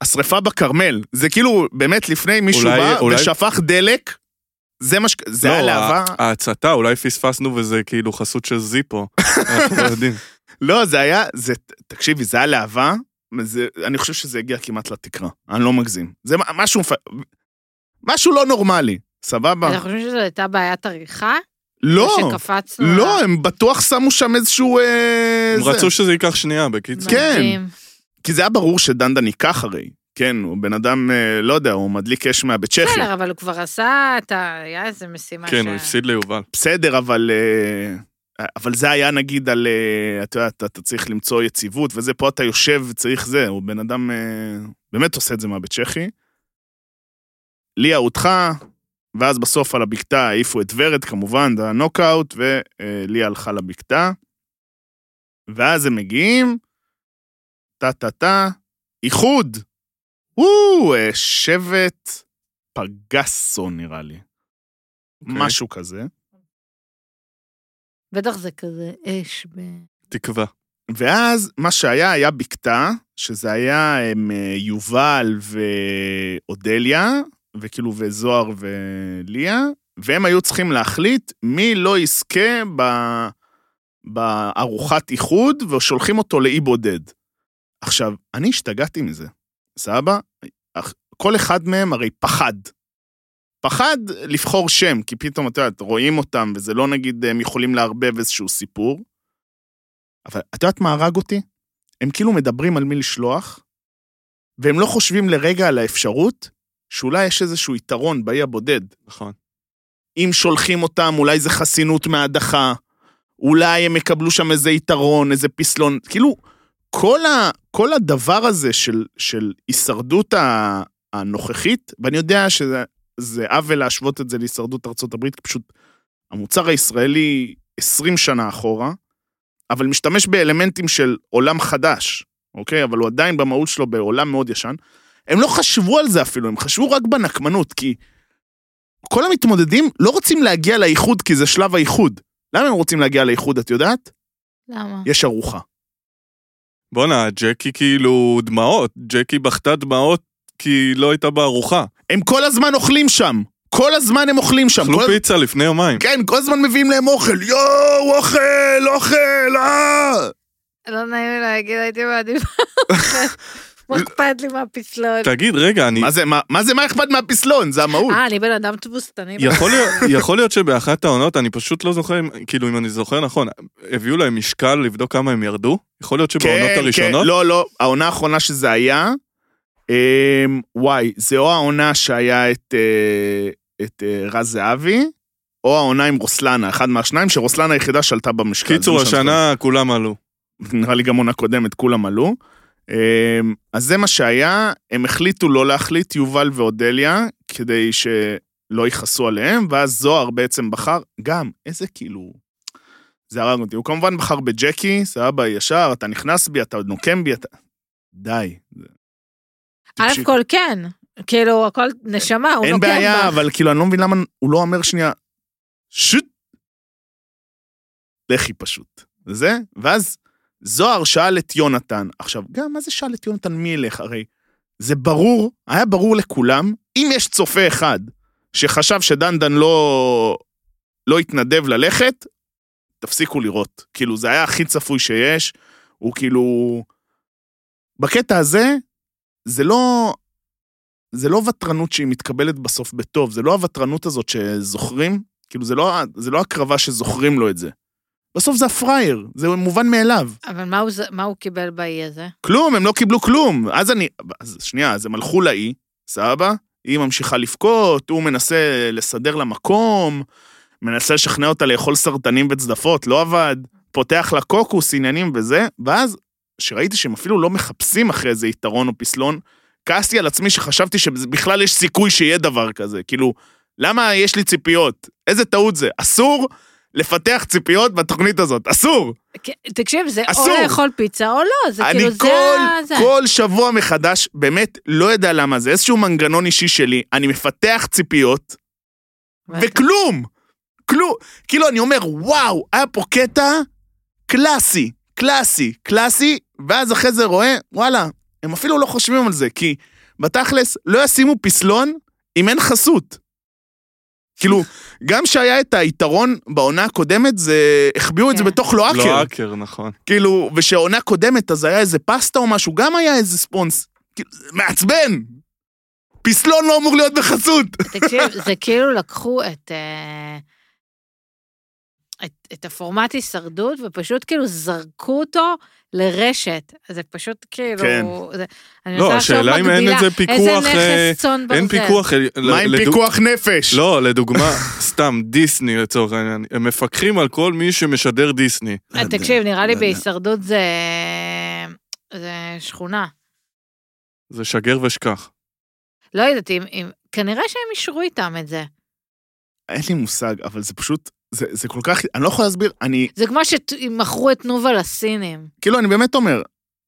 [SPEAKER 1] השרפה בכרמל. זה כאילו, באמת, לפני מישהו
[SPEAKER 3] אולי-
[SPEAKER 1] בא
[SPEAKER 3] אולי-
[SPEAKER 1] ושפך דלק, זה מה ש... זה היה
[SPEAKER 3] לא,
[SPEAKER 1] להבה.
[SPEAKER 3] ה- ההצתה, אולי פספסנו וזה כאילו חסות של
[SPEAKER 1] <laughs>
[SPEAKER 3] זיפו. אנחנו לא יודעים.
[SPEAKER 1] לא, זה היה, זה, תקשיבי, זה היה להבה, זה, אני חושב שזה הגיע כמעט לתקרה, אני לא מגזים. זה מ- משהו, מפ- משהו לא נורמלי,
[SPEAKER 2] אתם
[SPEAKER 1] סבבה?
[SPEAKER 2] חושבים שזו הייתה בעיית עריכה?
[SPEAKER 1] לא,
[SPEAKER 2] שקפצנו?
[SPEAKER 1] לא, הם בטוח שמו שם איזשהו... אה,
[SPEAKER 3] הם
[SPEAKER 1] זה.
[SPEAKER 3] רצו שזה ייקח שנייה, בקיצור.
[SPEAKER 1] כן.
[SPEAKER 2] מדהים.
[SPEAKER 1] כי זה היה ברור שדנדן ייקח הרי. כן, הוא בן אדם, אה, לא יודע, הוא מדליק אש מהבית צ'כי.
[SPEAKER 2] בסדר,
[SPEAKER 1] כן,
[SPEAKER 2] אבל הוא כבר עשה את ה... היה איזה משימה
[SPEAKER 3] כן, הוא הפסיד ליובל.
[SPEAKER 1] בסדר, אבל... אה, אבל זה היה נגיד על, אה, את יודעת, אתה צריך למצוא יציבות וזה, פה אתה יושב וצריך זה, הוא בן אדם אה, באמת עושה את זה מהבית צ'כי. ליה הודחה, ואז בסוף על הבקתה העיפו את ורד כמובן, זה הנוקאוט, וליה הלכה לבקתה. ואז הם מגיעים, טה-טה-טה, איחוד! וואו, אה, שבט פגסו נראה לי,
[SPEAKER 3] אוקיי.
[SPEAKER 1] משהו כזה.
[SPEAKER 2] בטח זה כזה אש ב...
[SPEAKER 3] תקווה.
[SPEAKER 1] ואז מה שהיה, היה בקתה, שזה היה הם, אה, יובל ואודליה, וכאילו וזוהר וליה, והם היו צריכים להחליט מי לא יזכה ב... בארוחת איחוד, ושולחים אותו לאי בודד. עכשיו, אני השתגעתי מזה, סבא? אך- כל אחד מהם הרי פחד. פחד לבחור שם, כי פתאום, את יודעת, רואים אותם, וזה לא נגיד הם יכולים לערבב איזשהו סיפור. אבל את יודעת מה הרג אותי? הם כאילו מדברים על מי לשלוח, והם לא חושבים לרגע על האפשרות שאולי יש איזשהו יתרון באי הבודד.
[SPEAKER 3] נכון.
[SPEAKER 1] אם שולחים אותם, אולי זה חסינות מהדחה, אולי הם יקבלו שם איזה יתרון, איזה פסלון, כאילו, כל, ה, כל הדבר הזה של, של הישרדות ה- הנוכחית, ואני יודע שזה זה עוול להשוות את זה להישרדות ארצות הברית, כי פשוט המוצר הישראלי 20 שנה אחורה, אבל משתמש באלמנטים של עולם חדש, אוקיי? אבל הוא עדיין במהות שלו בעולם מאוד ישן. הם לא חשבו על זה אפילו, הם חשבו רק בנקמנות, כי כל המתמודדים לא רוצים להגיע לאיחוד כי זה שלב האיחוד. למה הם רוצים להגיע לאיחוד, את יודעת?
[SPEAKER 2] למה?
[SPEAKER 1] יש ארוחה.
[SPEAKER 3] בואנה, ג'קי כאילו דמעות. ג'קי בכתה דמעות כי היא לא הייתה בארוחה.
[SPEAKER 1] הם כל הזמן אוכלים שם. כל הזמן הם אוכלים שם.
[SPEAKER 3] אכלו
[SPEAKER 1] כל...
[SPEAKER 3] פיצה לפני יומיים.
[SPEAKER 1] כן, כל הזמן מביאים להם אוכל. יואו, אוכל, אוכל, אה!
[SPEAKER 2] לא נעים לי להגיד, הייתי מעדיפה. מה אכפת לי מהפסלון?
[SPEAKER 3] תגיד, רגע, אני...
[SPEAKER 1] מה זה, מה, מה זה, מה אכפת מהפסלון? זה המהות.
[SPEAKER 2] אה, אני בן אדם תבוסתני.
[SPEAKER 3] יכול <laughs> להיות, יכול להיות שבאחת העונות, אני פשוט לא זוכר, אם- כאילו, אם אני זוכר נכון, הביאו להם משקל לבדוק כמה הם ירדו? יכול להיות שבעונות הראשונות?
[SPEAKER 1] לא, לא, העונה האחרונה שזה היה, אמ, וואי, זה או העונה שהיה את, אה, את אה, רז זהבי, או העונה עם רוסלנה, אחד מהשניים, שרוסלנה היחידה שלטה במשקל. זה
[SPEAKER 3] קיצור,
[SPEAKER 1] מה שאני זוכר.
[SPEAKER 3] השנה כולם עלו.
[SPEAKER 1] <laughs> נראה לי גם עונה קודמת, כולם עלו. אמ, אז זה מה שהיה, הם החליטו לא להחליט, יובל ואודליה, כדי שלא יכעסו עליהם, ואז זוהר בעצם בחר, גם, איזה כאילו... זה הרג אותי. הוא כמובן בחר בג'קי, סבבה, ישר, אתה נכנס בי, אתה נוקם בי, אתה... די.
[SPEAKER 2] א'
[SPEAKER 1] תקשיב.
[SPEAKER 2] כל כן. כאילו, הכל נשמה, הוא
[SPEAKER 1] אין
[SPEAKER 2] נוקם
[SPEAKER 1] בעיה,
[SPEAKER 2] בך.
[SPEAKER 1] אבל כאילו, אני לא מבין למה הוא לא אומר שנייה, שוט. לכי פשוט. זה, ואז זוהר שאל את יונתן. עכשיו, גם מה זה שאל את יונתן מי ילך? הרי זה ברור, היה ברור לכולם, אם יש צופה אחד שחשב שדנדן לא, לא התנדב ללכת, תפסיקו לראות. כאילו, זה היה הכי צפוי שיש, הוא כאילו... בקטע הזה, זה לא... זה לא ותרנות שהיא מתקבלת בסוף בטוב, זה לא הוותרנות הזאת שזוכרים, כאילו זה לא, זה לא הקרבה שזוכרים לו את זה. בסוף זה הפראייר, זה מובן מאליו.
[SPEAKER 2] אבל מה הוא ז- מה הוא קיבל באי הזה?
[SPEAKER 1] כלום, הם לא קיבלו כלום. אז אני... אז שנייה, אז הם הלכו לאי, סבבה? היא ממשיכה לבכות, הוא מנסה לסדר לה מקום, מנסה לשכנע אותה לאכול סרטנים וצדפות, לא עבד, פותח לה קוקוס, עניינים וזה, ואז, שראיתי שהם אפילו לא מחפשים אחרי איזה יתרון או פסלון, כעסתי על עצמי שחשבתי שבכלל יש סיכוי שיהיה דבר כזה. כאילו, למה יש לי ציפיות? איזה טעות זה. אסור לפתח ציפיות בתוכנית הזאת, אסור!
[SPEAKER 2] כן, תקשיב, זה או
[SPEAKER 1] אסור.
[SPEAKER 2] לאכול פיצה או לא, זה
[SPEAKER 1] אני
[SPEAKER 2] כאילו, זה
[SPEAKER 1] כל,
[SPEAKER 2] ה- זה.
[SPEAKER 1] כל שבוע מחדש, באמת, לא יודע למה זה, איזשהו מנגנון אישי שלי, אני מפתח ציפיות,
[SPEAKER 2] אוקיי.
[SPEAKER 1] וכלום! כלום! כאילו, אני אומר, וואו, היה פה קטע קלאסי, קלאסי, קלאסי, ואז אחרי זה רואה, וואלה, הם אפילו לא חושבים על זה, כי בתכלס, לא ישימו פסלון אם אין חסות. כאילו, גם שהיה את היתרון בעונה הקודמת, זה, החביאו את זה
[SPEAKER 2] כן.
[SPEAKER 1] בתוך לואקר.
[SPEAKER 3] לא האקר, נכון.
[SPEAKER 1] כאילו, ושעונה קודמת אז היה איזה פסטה או משהו, גם היה איזה ספונס. כאילו, זה מעצבן! פסלון לא אמור <laughs> להיות בחסות!
[SPEAKER 2] תקשיב, זה כאילו לקחו את... אה, את, את הפורמט הישרדות, ופשוט כאילו זרקו אותו לרשת. זה פשוט כאילו...
[SPEAKER 1] כן.
[SPEAKER 2] זה, אני
[SPEAKER 3] לא,
[SPEAKER 2] מנסה לחשוב
[SPEAKER 3] השאלה אם אין
[SPEAKER 2] מקבילה,
[SPEAKER 3] איזה פיקוח, אה,
[SPEAKER 2] איזה נכס צאן ברזל.
[SPEAKER 3] אין פיקוח... אה, <laughs> ל-
[SPEAKER 1] מה עם
[SPEAKER 3] לדוג-
[SPEAKER 1] פיקוח נפש?
[SPEAKER 3] לא, לדוגמה, <laughs> סתם, דיסני לצורך העניין. הם מפקחים על כל מי שמשדר דיסני.
[SPEAKER 1] לא יודע,
[SPEAKER 2] אה, תקשיב, נראה לי
[SPEAKER 1] לא יודע.
[SPEAKER 2] בהישרדות זה... זה שכונה.
[SPEAKER 3] זה שגר ושכח.
[SPEAKER 2] לא יודעת אם... אם- כנראה שהם אישרו איתם את זה.
[SPEAKER 1] אין לי מושג, אבל זה פשוט, זה, זה כל כך, אני לא יכול להסביר, אני,
[SPEAKER 2] זה כמו שמכרו את תנובה לסינים.
[SPEAKER 1] כאילו, אני באמת אומר,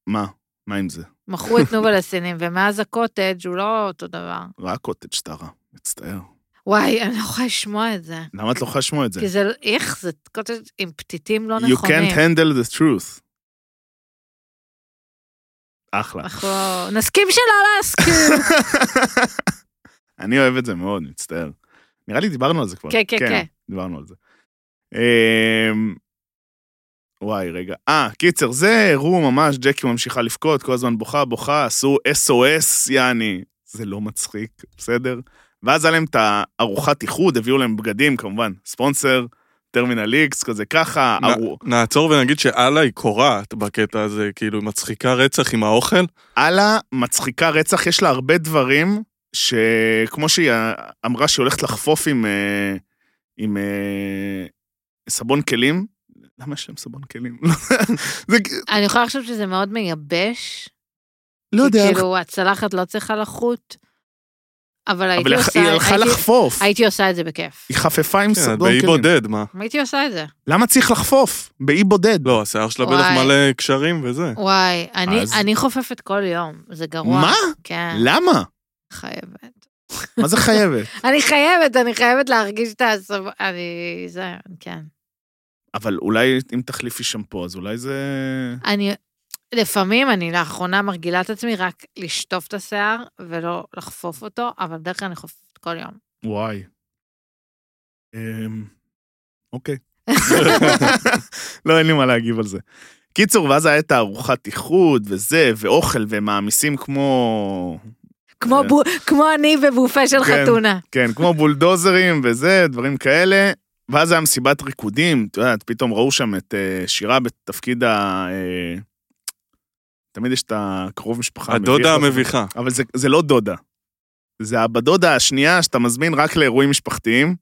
[SPEAKER 1] מה? מה עם זה?
[SPEAKER 2] מכרו את
[SPEAKER 1] <laughs>
[SPEAKER 2] תנובה לסינים, ומאז הקוטג' הוא לא אותו דבר.
[SPEAKER 1] רק קוטג' שאתה רע, מצטער.
[SPEAKER 2] וואי, אני לא יכולה לשמוע את זה.
[SPEAKER 1] למה את לא יכולה לשמוע את זה?
[SPEAKER 2] כי זה, איך, זה קוטג' עם פתיתים לא
[SPEAKER 1] You
[SPEAKER 2] נכונים.
[SPEAKER 1] can't handle the truth. אחלה.
[SPEAKER 2] אנחנו נסכים שלא להסכים.
[SPEAKER 1] <laughs> אני אוהב את זה מאוד, מצטער. נראה לי דיברנו על זה כבר.
[SPEAKER 2] כן, כן, כן.
[SPEAKER 1] דיברנו על זה. אמ, וואי, רגע. אה, קיצר, זה אירוע ממש, ג'קי ממשיכה לבכות, כל הזמן בוכה, בוכה, עשו SOS, יעני. זה לא מצחיק, בסדר? ואז היה להם את הארוחת איחוד, הביאו להם בגדים, כמובן, ספונסר, טרמינל איקס, כזה ככה,
[SPEAKER 3] נ-
[SPEAKER 1] ארוח.
[SPEAKER 3] נעצור ונגיד שאללה היא קורעת בקטע הזה, כאילו, היא מצחיקה רצח עם האוכל.
[SPEAKER 1] אללה מצחיקה רצח, יש לה הרבה דברים שכמו שהיא אמרה שהיא הולכת לחפוף עם, אה, עם אה, סבון כלים, למה יש להם סבון כלים? <laughs> זה כ-
[SPEAKER 2] אני יכולה לחשוב שזה מאוד מייבש.
[SPEAKER 1] לא
[SPEAKER 2] כי
[SPEAKER 1] יודע,
[SPEAKER 2] כאילו, הצלחת לא צריכה לחוט, אבל הייתי
[SPEAKER 1] אבל היא-
[SPEAKER 2] עושה...
[SPEAKER 1] היא הלכה
[SPEAKER 2] הייתי-
[SPEAKER 1] לחפוף,
[SPEAKER 2] הייתי עושה את זה בכיף.
[SPEAKER 1] היא חפפה עם
[SPEAKER 3] כן,
[SPEAKER 1] סבון
[SPEAKER 3] באי
[SPEAKER 1] כלים.
[SPEAKER 3] בודד, מה?
[SPEAKER 2] הייתי עושה את זה.
[SPEAKER 1] למה צריך לחפוף? באי בודד.
[SPEAKER 3] לא, השיער שלה בטח
[SPEAKER 2] וואי.
[SPEAKER 3] מלא קשרים וזה.
[SPEAKER 1] אה,
[SPEAKER 2] וואי, אני-
[SPEAKER 1] אז-
[SPEAKER 2] אני חופפת כל יום, זה גרוע.
[SPEAKER 1] מה? לא.
[SPEAKER 2] כן,
[SPEAKER 1] למה?
[SPEAKER 2] חייבת.
[SPEAKER 1] מה
[SPEAKER 2] <laughs>
[SPEAKER 1] זה חייבת?
[SPEAKER 2] אני חייבת, אני חייבת להרגיש את הסבבה. אני... זה, כן.
[SPEAKER 1] אבל אולי אם תחליפי שמפו, אז אולי זה...
[SPEAKER 2] אני, לפעמים אני לאחרונה מרגילה את עצמי רק לשטוף את השיער ולא לחפוף אותו, אבל בדרך כלל אני חופפת כל יום.
[SPEAKER 1] וואי. אמ, אוקיי. לא, אין לי מה להגיב על זה. קיצור, ואז היה את הארוחת איחוד וזה, ואוכל, ומעמיסים כמו...
[SPEAKER 2] כמו,
[SPEAKER 1] כן.
[SPEAKER 2] בו, כמו אני בבופה של
[SPEAKER 1] כן.
[SPEAKER 2] חתונה.
[SPEAKER 1] כן, כמו בולדוזרים וזה, דברים כאלה. ואז היה מסיבת ריקודים, את יודעת, פתאום ראו שם את אה, שירה בתפקיד ה... אה, תמיד יש את הקרוב משפחה
[SPEAKER 3] הדודה
[SPEAKER 1] המביך הזה.
[SPEAKER 3] המביכה.
[SPEAKER 1] אבל זה, זה לא דודה. זה הבדודה השנייה שאתה מזמין רק לאירועים משפחתיים.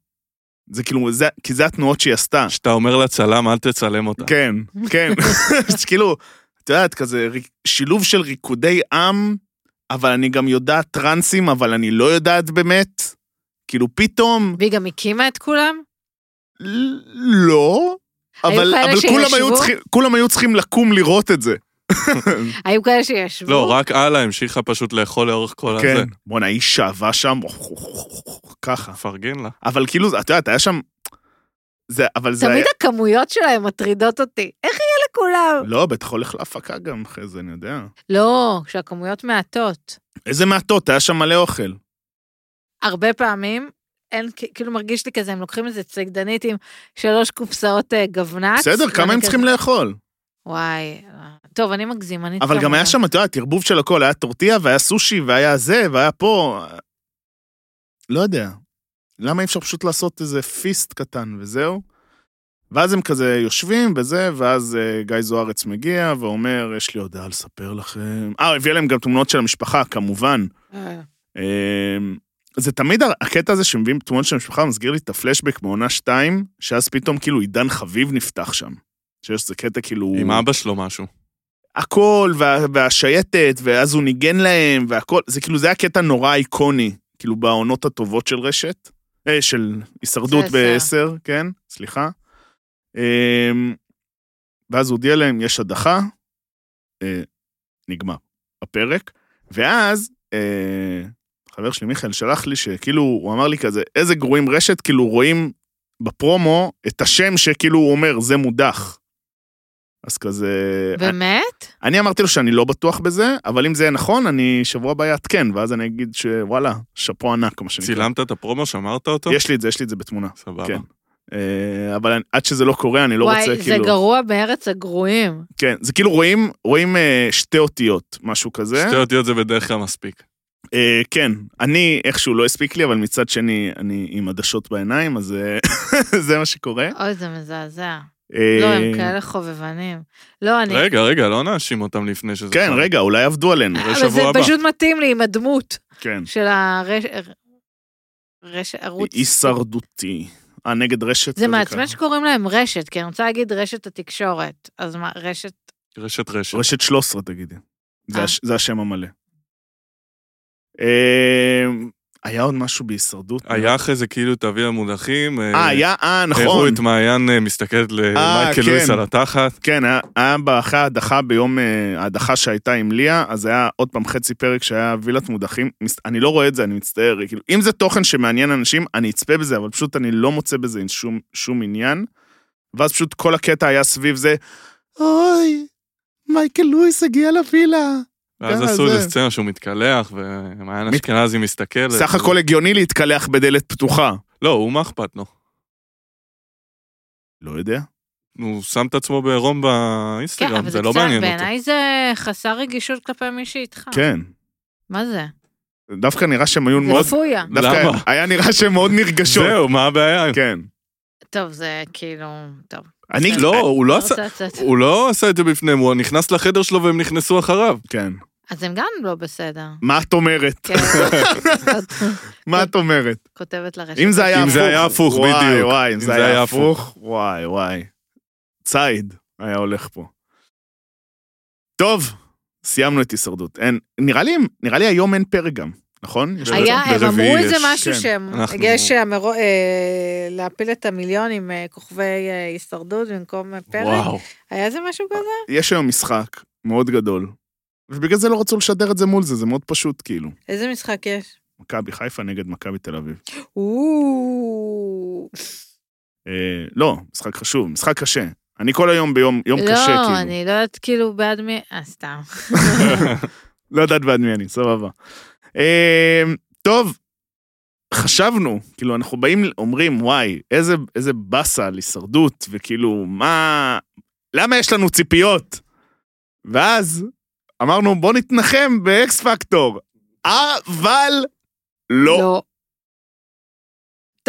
[SPEAKER 1] זה כאילו, זה, כי זה התנועות שהיא עשתה.
[SPEAKER 3] שאתה אומר לצלם, אל תצלם אותה.
[SPEAKER 1] כן,
[SPEAKER 2] <laughs>
[SPEAKER 1] כן. <laughs> כאילו, את יודעת, כזה ריק- שילוב של ריקודי עם, אבל אני גם יודעת טרנסים, אבל אני לא יודעת באמת. כאילו, פתאום,
[SPEAKER 2] והיא גם הקימה את כולם?
[SPEAKER 1] ל- לא, אבל,
[SPEAKER 2] כאלה
[SPEAKER 1] אבל כולם, היו
[SPEAKER 2] שישבו?
[SPEAKER 1] צריכים, כולם היו צריכים לקום לראות את זה.
[SPEAKER 2] היו כאלה שישבו?
[SPEAKER 3] לא, רק הלאה המשיכה פשוט לאכול לאורך כל
[SPEAKER 1] כן.
[SPEAKER 3] הזה.
[SPEAKER 1] בואנה, היא שאבה שם, <laughs> ככה.
[SPEAKER 3] מפרגן לה.
[SPEAKER 1] אבל כאילו, את יודעת, היה שם... זה, אבל זה...
[SPEAKER 2] תמיד הכמויות שלהם מטרידות אותי. איך יהיה לכולם?
[SPEAKER 1] לא, בטח הולך להפקה גם אחרי זה, אני יודע.
[SPEAKER 2] לא, כשהכמויות מעטות.
[SPEAKER 1] איזה מעטות, היה שם מלא אוכל.
[SPEAKER 2] הרבה פעמים, אין, כ- כאילו מרגיש לי כזה, הם לוקחים איזה צידנית עם שלוש קופסאות אה, גבנץ.
[SPEAKER 1] בסדר, כמה
[SPEAKER 2] ואני
[SPEAKER 1] הם
[SPEAKER 2] כזה,
[SPEAKER 1] צריכים לאכול?
[SPEAKER 2] וואי, טוב, אני מגזימנית.
[SPEAKER 1] אבל גם היה
[SPEAKER 2] כמוהם.
[SPEAKER 1] שם, את יודעת, ערבוב של הכל, היה טורטיה והיה סושי והיה זה והיה פה. לא יודע. למה אי אפשר פשוט לעשות איזה פיסט קטן וזהו? ואז הם כזה יושבים וזה, ואז אה, גיא זוארץ מגיע ואומר, יש לי הודעה לספר לכם. אה, הביא להם גם תמונות של המשפחה, כמובן.
[SPEAKER 2] אה.
[SPEAKER 1] אמ, זה תמיד ה- הקטע הזה שמביאים תמונות של המשפחה, מזכיר לי את הפלשבק מעונה 2, שאז פתאום כאילו עידן חביב נפתח שם. שיש איזה קטע כאילו...
[SPEAKER 3] עם אבא שלו משהו.
[SPEAKER 1] הכל, וה, והשייטת, ואז הוא ניגן להם, והכל, זה כאילו, זה היה קטע נורא איקוני, כאילו, בעונות הטובות של רשת, אה, של הישרדות
[SPEAKER 2] זה עשר.
[SPEAKER 1] בעשר, כן, סליחה. אמ, ואז הוא הודיע להם, יש הדחה, אה, נגמר הפרק, ואז אה, חבר שלי מיכאל שלח לי שכאילו, הוא אמר לי כזה, איזה גרועים רשת, כאילו רואים בפרומו את השם שכאילו הוא אומר, זה מודח. אז כזה...
[SPEAKER 2] באמת?
[SPEAKER 1] אני אמרתי לו שאני לא בטוח בזה, אבל אם זה יהיה נכון, אני שבוע הבא אעדכן, ואז אני אגיד שוואלה, שאפו ענק, מה שנקרא.
[SPEAKER 3] צילמת את הפרומו, שמרת אותו?
[SPEAKER 1] יש לי את זה, יש לי את זה בתמונה.
[SPEAKER 3] סבבה.
[SPEAKER 1] כן. אה, אבל אני- עד שזה לא קורה, אני לא
[SPEAKER 2] וואי,
[SPEAKER 1] רוצה, כאילו...
[SPEAKER 2] זה גרוע בארץ הגרועים.
[SPEAKER 1] כן, זה כאילו רואים, רואים אה, שתי אותיות, משהו כזה.
[SPEAKER 3] שתי אותיות זה בדרך כלל מספיק.
[SPEAKER 1] אה, כן, אני איכשהו לא הספיק לי, אבל מצד שני, אני עם עדשות בעיניים, אז אה, <laughs> זה מה שקורה.
[SPEAKER 2] אוי, זה מזעזע.
[SPEAKER 1] אה,
[SPEAKER 2] לא, הם כאלה חובבנים. לא, אני...
[SPEAKER 3] רגע, רגע, לא נאשים אותם לפני שזה...
[SPEAKER 1] כן,
[SPEAKER 3] קרה.
[SPEAKER 1] רגע, אולי עבדו עלינו.
[SPEAKER 3] אה.
[SPEAKER 2] אבל
[SPEAKER 3] שבוע
[SPEAKER 2] זה
[SPEAKER 3] הבא.
[SPEAKER 2] פשוט מתאים לי עם הדמות
[SPEAKER 1] כן.
[SPEAKER 2] של הרש... אה, רש... ערוץ...
[SPEAKER 1] הישרדותי. אה, נגד רשת.
[SPEAKER 2] זה
[SPEAKER 1] כזה
[SPEAKER 2] מעצבן
[SPEAKER 1] ככה.
[SPEAKER 2] שקוראים להם רשת, כי אני רוצה להגיד רשת התקשורת. אז מה, רשת...
[SPEAKER 3] רשת רשת.
[SPEAKER 1] רשת 13, תגידי. זה
[SPEAKER 2] אה.
[SPEAKER 1] הש- זה השם המלא. אה, היה עוד משהו בהישרדות?
[SPEAKER 3] היה אחרי זה כאילו תביא המונחים.
[SPEAKER 1] אה, היה, אה,
[SPEAKER 3] הראו
[SPEAKER 1] נכון.
[SPEAKER 3] את מעיין אה, מסתכלת למייקל
[SPEAKER 1] כן.
[SPEAKER 3] לואיס על התחת.
[SPEAKER 1] כן, היה- היה בה- אחרי ההדחה ביום אה, ההדחה שהייתה עם ליה, אז היה עוד פעם חצי פרק שהיה וילת מודחים. מס- אני לא רואה את זה, אני מצטער. כאילו, אם זה תוכן שמעניין אנשים, אני אצפה בזה, אבל פשוט אני לא מוצא בזה שום, שום עניין. ואז פשוט כל הקטע היה סביב זה, אוי, מייקל לואיס הגיע לווילה.
[SPEAKER 3] ואז
[SPEAKER 1] כן,
[SPEAKER 3] עשו
[SPEAKER 1] זה.
[SPEAKER 3] איזה סצנה שהוא מתקלח, ומעיין
[SPEAKER 1] מת-
[SPEAKER 3] אשכנזי מסתכלת.
[SPEAKER 1] סך הכל הגיוני להתקלח בדלת פתוחה.
[SPEAKER 3] לא, הוא מה אכפת לו?
[SPEAKER 1] לא יודע.
[SPEAKER 2] אה.
[SPEAKER 3] הוא שם את עצמו בעירום
[SPEAKER 2] כן,
[SPEAKER 3] באינסטגרם,
[SPEAKER 2] אבל
[SPEAKER 3] זה לא
[SPEAKER 2] קצת-
[SPEAKER 3] מעניין אותו.
[SPEAKER 2] בעיניי זה חסר רגישות כלפי מי שאיתך.
[SPEAKER 1] כן.
[SPEAKER 2] מה זה?
[SPEAKER 1] דווקא נראה שהם היו מאוד...
[SPEAKER 2] זה פויה.
[SPEAKER 1] דווקא
[SPEAKER 3] למה?
[SPEAKER 1] היה נראה שהם מאוד נרגשות.
[SPEAKER 3] זהו, מה הבעיה?
[SPEAKER 1] כן.
[SPEAKER 2] טוב, זה כאילו... טוב.
[SPEAKER 1] אני...
[SPEAKER 2] בסדר.
[SPEAKER 3] לא, הוא לא
[SPEAKER 2] לא
[SPEAKER 3] עשה...
[SPEAKER 2] רוצה לצאת.
[SPEAKER 3] הוא לא עשה את זה בפניהם, הוא נכנס לחדר שלו והם נכנסו אחריו.
[SPEAKER 1] כן.
[SPEAKER 2] אז הם גם לא בסדר.
[SPEAKER 1] מה את אומרת?
[SPEAKER 2] כן.
[SPEAKER 1] מה את אומרת?
[SPEAKER 2] כותבת לרשת.
[SPEAKER 1] אם זה היה
[SPEAKER 3] אם
[SPEAKER 1] הפוך.
[SPEAKER 3] זה היה הפוך,
[SPEAKER 1] וואי,
[SPEAKER 3] בדיוק.
[SPEAKER 1] וואי, אם
[SPEAKER 3] אם
[SPEAKER 1] זה
[SPEAKER 3] זה
[SPEAKER 1] היה
[SPEAKER 3] היה
[SPEAKER 1] הפוך. וואי, וואי. ציד היה הולך פה. טוב, סיימנו את הישרדות. אין, נראה לי, נראה לי היום אין פרק גם, נכון? יש
[SPEAKER 2] היה,
[SPEAKER 1] פרק?
[SPEAKER 2] הם אמרו
[SPEAKER 3] ברביעי
[SPEAKER 2] איזה
[SPEAKER 3] יש,
[SPEAKER 2] משהו
[SPEAKER 1] כן.
[SPEAKER 2] שהם,
[SPEAKER 3] אנחנו-
[SPEAKER 2] יש המרו- אה, להפיל את המיליון עם אה, כוכבי אה, הישרדות במקום אה, פרק, <laughs>
[SPEAKER 3] וואו.
[SPEAKER 2] היה איזה משהו כזה?
[SPEAKER 1] יש היום משחק מאוד גדול, ובגלל זה לא רצו לשדר את זה מול זה, זה מאוד פשוט כאילו.
[SPEAKER 2] איזה משחק יש?
[SPEAKER 1] מכבי חיפה נגד מכבי תל אביב.
[SPEAKER 2] או,
[SPEAKER 1] אה, לא, משחק חשוב, משחק קשה. אני כל היום ביום יום קשה, כאילו.
[SPEAKER 2] לא, אני לא יודעת כאילו בעד מי, אה סתם.
[SPEAKER 1] לא יודעת בעד מי אני, סבבה. אה, טוב, חשבנו, כאילו, אנחנו באים, אומרים, וואי, איזה, איזה באסה על הישרדות, וכאילו, מה... למה יש לנו ציפיות? ואז אמרנו, בוא נתנחם באקס פקטור, אבל לא.
[SPEAKER 2] לא.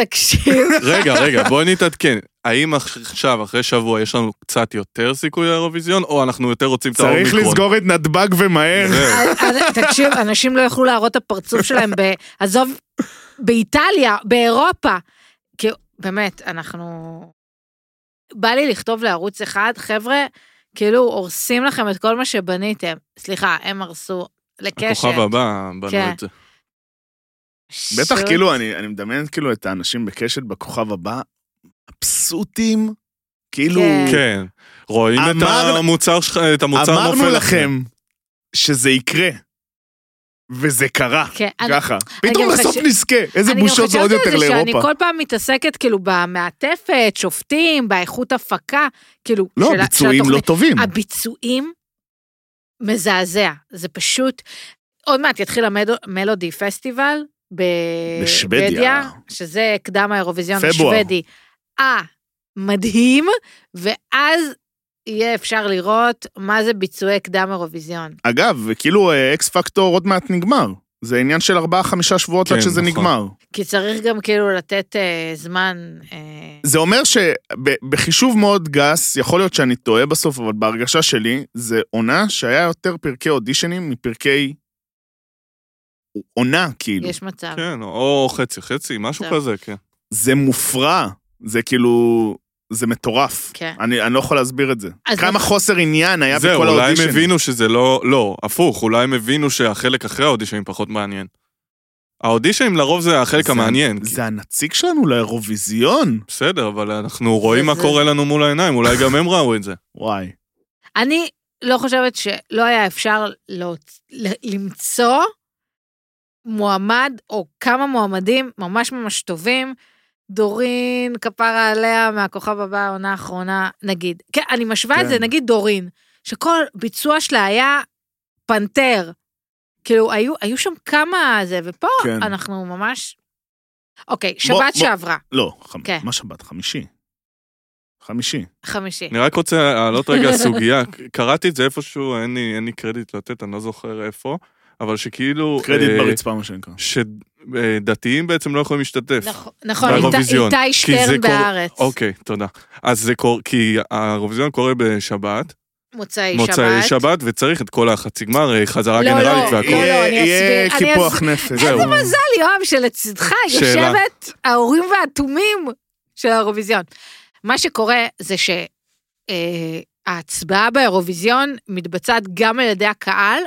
[SPEAKER 1] <laughs>
[SPEAKER 2] תקשיב,
[SPEAKER 3] רגע, רגע, בואי נתעדכן. האם עכשיו, אחרי שבוע, יש לנו קצת יותר סיכוי לאירוויזיון, או אנחנו יותר רוצים את האומיקרון?
[SPEAKER 1] צריך לסגור את נתב"ג ומהר.
[SPEAKER 3] זהו.
[SPEAKER 2] אז- אז- תקשיב, אנשים לא יכלו להראות את הפרצוף שלהם, ב- עזוב, באיטליה, באירופה. כאילו, באמת, אנחנו... בא לי לכתוב לערוץ אחד, חבר'ה, כאילו, הורסים לכם את כל מה שבניתם. סליחה, הם הרסו. לקשר.
[SPEAKER 3] הכוכב הבא
[SPEAKER 2] כן.
[SPEAKER 3] בנו את זה.
[SPEAKER 1] בטח,
[SPEAKER 2] שוט.
[SPEAKER 1] כאילו, אני, אני מדמיין כאילו את האנשים בקשת בכוכב הבא, מבסוטים, כאילו...
[SPEAKER 2] כן.
[SPEAKER 3] כן. רואים את
[SPEAKER 1] אמרנו-
[SPEAKER 3] המוצר שלך, את המוצר נופל.
[SPEAKER 1] אמרנו
[SPEAKER 3] לכם.
[SPEAKER 1] לכם שזה יקרה, וזה קרה,
[SPEAKER 2] כן, אני-
[SPEAKER 1] ככה.
[SPEAKER 2] אני
[SPEAKER 1] פתאום
[SPEAKER 2] גם
[SPEAKER 1] בסוף
[SPEAKER 2] חשב-
[SPEAKER 1] נזכה, איזה בושות זה עוד יותר
[SPEAKER 2] אני גם חשבתי על זה שאני
[SPEAKER 1] לאירופה.
[SPEAKER 2] כל פעם מתעסקת כאילו במעטפת, שופטים, באיכות הפקה, כאילו...
[SPEAKER 1] לא,
[SPEAKER 2] של ה- של
[SPEAKER 1] ביצועים
[SPEAKER 2] התוכנית.
[SPEAKER 1] לא טובים.
[SPEAKER 2] הביצועים מזעזע, זה פשוט... עוד מעט יתחיל המלודי פסטיבל ב-
[SPEAKER 1] בשוודיה.
[SPEAKER 2] בשוודיה, שזה קדם האירוויזיון
[SPEAKER 1] פברואר.
[SPEAKER 2] השוודי. אה, מדהים, ואז יהיה אפשר לראות מה זה ביצועי קדם אירוויזיון.
[SPEAKER 1] אגב, כאילו אה, אקס פקטור עוד מעט נגמר. זה עניין של ארבעה, חמישה שבועות עד
[SPEAKER 3] כן,
[SPEAKER 1] שזה
[SPEAKER 3] נכון.
[SPEAKER 1] נגמר.
[SPEAKER 2] כי צריך גם כאילו לתת אה, זמן... אה,
[SPEAKER 1] זה אומר שבחישוב מאוד גס, יכול להיות שאני טועה בסוף, אבל בהרגשה שלי, זה עונה שהיה יותר פרקי אודישנים מפרקי עונה, כאילו.
[SPEAKER 2] יש מצב.
[SPEAKER 3] כן, או חצי חצי, משהו
[SPEAKER 2] טוב.
[SPEAKER 3] כזה, כן.
[SPEAKER 1] זה מופרע, זה כאילו, זה מטורף.
[SPEAKER 2] כן.
[SPEAKER 1] אני, אני לא יכול להסביר את זה.
[SPEAKER 2] אז
[SPEAKER 1] כמה חוסר עניין היה
[SPEAKER 3] זהו,
[SPEAKER 1] בכל
[SPEAKER 3] אולי הם
[SPEAKER 1] האודישנים.
[SPEAKER 3] הבינו שזה לא, לא, הפוך, אולי הם הבינו שהחלק אחרי האודישנים פחות מעניין. האודישנים לרוב זה החלק
[SPEAKER 1] זה-
[SPEAKER 3] המעניין. כי-
[SPEAKER 1] זה הנציג שלנו לאירוויזיון.
[SPEAKER 3] בסדר, אבל אנחנו רואים מה
[SPEAKER 2] זה-
[SPEAKER 3] קורה לנו מול העיניים, אולי גם הם ראו את זה.
[SPEAKER 1] וואי.
[SPEAKER 2] אני לא חושבת שלא היה אפשר להוצ... ל- למצוא מועמד או כמה מועמדים ממש ממש טובים. דורין, כפרה עליה מהכוכב הבא, העונה האחרונה, נגיד. כן, אני משווה את
[SPEAKER 1] כן.
[SPEAKER 2] זה, נגיד דורין, שכל ביצוע שלה היה פנתר. כאילו, היו, היו שם כמה זה, ופה
[SPEAKER 1] <laughs> כן.
[SPEAKER 2] אנחנו ממש... אוקיי, שבת
[SPEAKER 1] בוא- בוא-
[SPEAKER 2] שעברה,
[SPEAKER 1] לא, חמ...
[SPEAKER 2] כן.
[SPEAKER 1] מה שבת? חמישי. חמישי.
[SPEAKER 2] חמישי.
[SPEAKER 3] אני רק רוצה להעלות רגע סוגיה, קראתי את זה איפשהו, אין לי, אין לי קרדיט לתת, אני לא זוכר איפה, אבל שכאילו...
[SPEAKER 1] קרדיט
[SPEAKER 3] אה,
[SPEAKER 1] ברצפה, מה שנקרא.
[SPEAKER 3] שדתיים בעצם לא יכולים להשתתף.
[SPEAKER 2] נכון- נכון, איתי
[SPEAKER 3] באירוויזיון.
[SPEAKER 2] איתי
[SPEAKER 3] כי זה
[SPEAKER 2] שטרן
[SPEAKER 3] קורה-
[SPEAKER 2] בארץ.
[SPEAKER 3] אוקיי, תודה. אז זה קורה, כי האירוויזיון קורה בשבת,
[SPEAKER 2] מוצאי שבת.
[SPEAKER 3] מוצאי שבת, וצריך את כל החצי גמר, אה, חזרה
[SPEAKER 2] לא,
[SPEAKER 3] גנרלית
[SPEAKER 2] לא,
[SPEAKER 3] והכל.
[SPEAKER 2] לא, לא, אני
[SPEAKER 1] יהיה
[SPEAKER 2] אסביר, אני
[SPEAKER 1] קיפוח נפש.
[SPEAKER 2] איזה
[SPEAKER 1] זהו.
[SPEAKER 2] מזל, יואב, שלצדך
[SPEAKER 3] שאלה.
[SPEAKER 2] יושבת האורים והתומים של האירוויזיון. מה שקורה זה שההצבעה באירוויזיון מתבצעת גם על ידי הקהל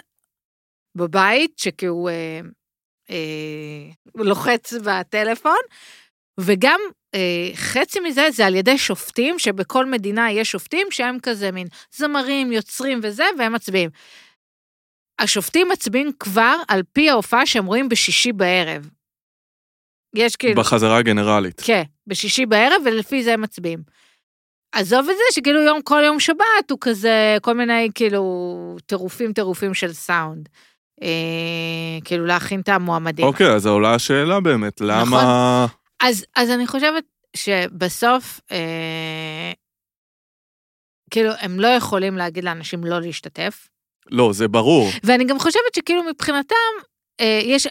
[SPEAKER 2] בבית, שכאילו אה, אה, לוחץ בטלפון, וגם אה, חצי מזה זה על ידי שופטים, שבכל מדינה יש שופטים שהם כזה מין זמרים, יוצרים וזה, והם מצביעים. השופטים מצביעים כבר על פי ההופעה שהם רואים בשישי בערב. יש כאילו...
[SPEAKER 3] בחזרה הגנרלית.
[SPEAKER 2] כן, בשישי בערב, ולפי זה הם מצביעים. עזוב את זה שכאילו יום, כל יום שבת הוא כזה, כל מיני כאילו טירופים טירופים של סאונד. אה, כאילו להכין את המועמדים.
[SPEAKER 3] אוקיי, אז עולה השאלה באמת, למה...
[SPEAKER 2] אז, אז אני חושבת שבסוף, אה, כאילו, הם לא יכולים להגיד לאנשים לא להשתתף.
[SPEAKER 3] לא, זה ברור.
[SPEAKER 2] ואני גם חושבת שכאילו מבחינתם, אה, יש,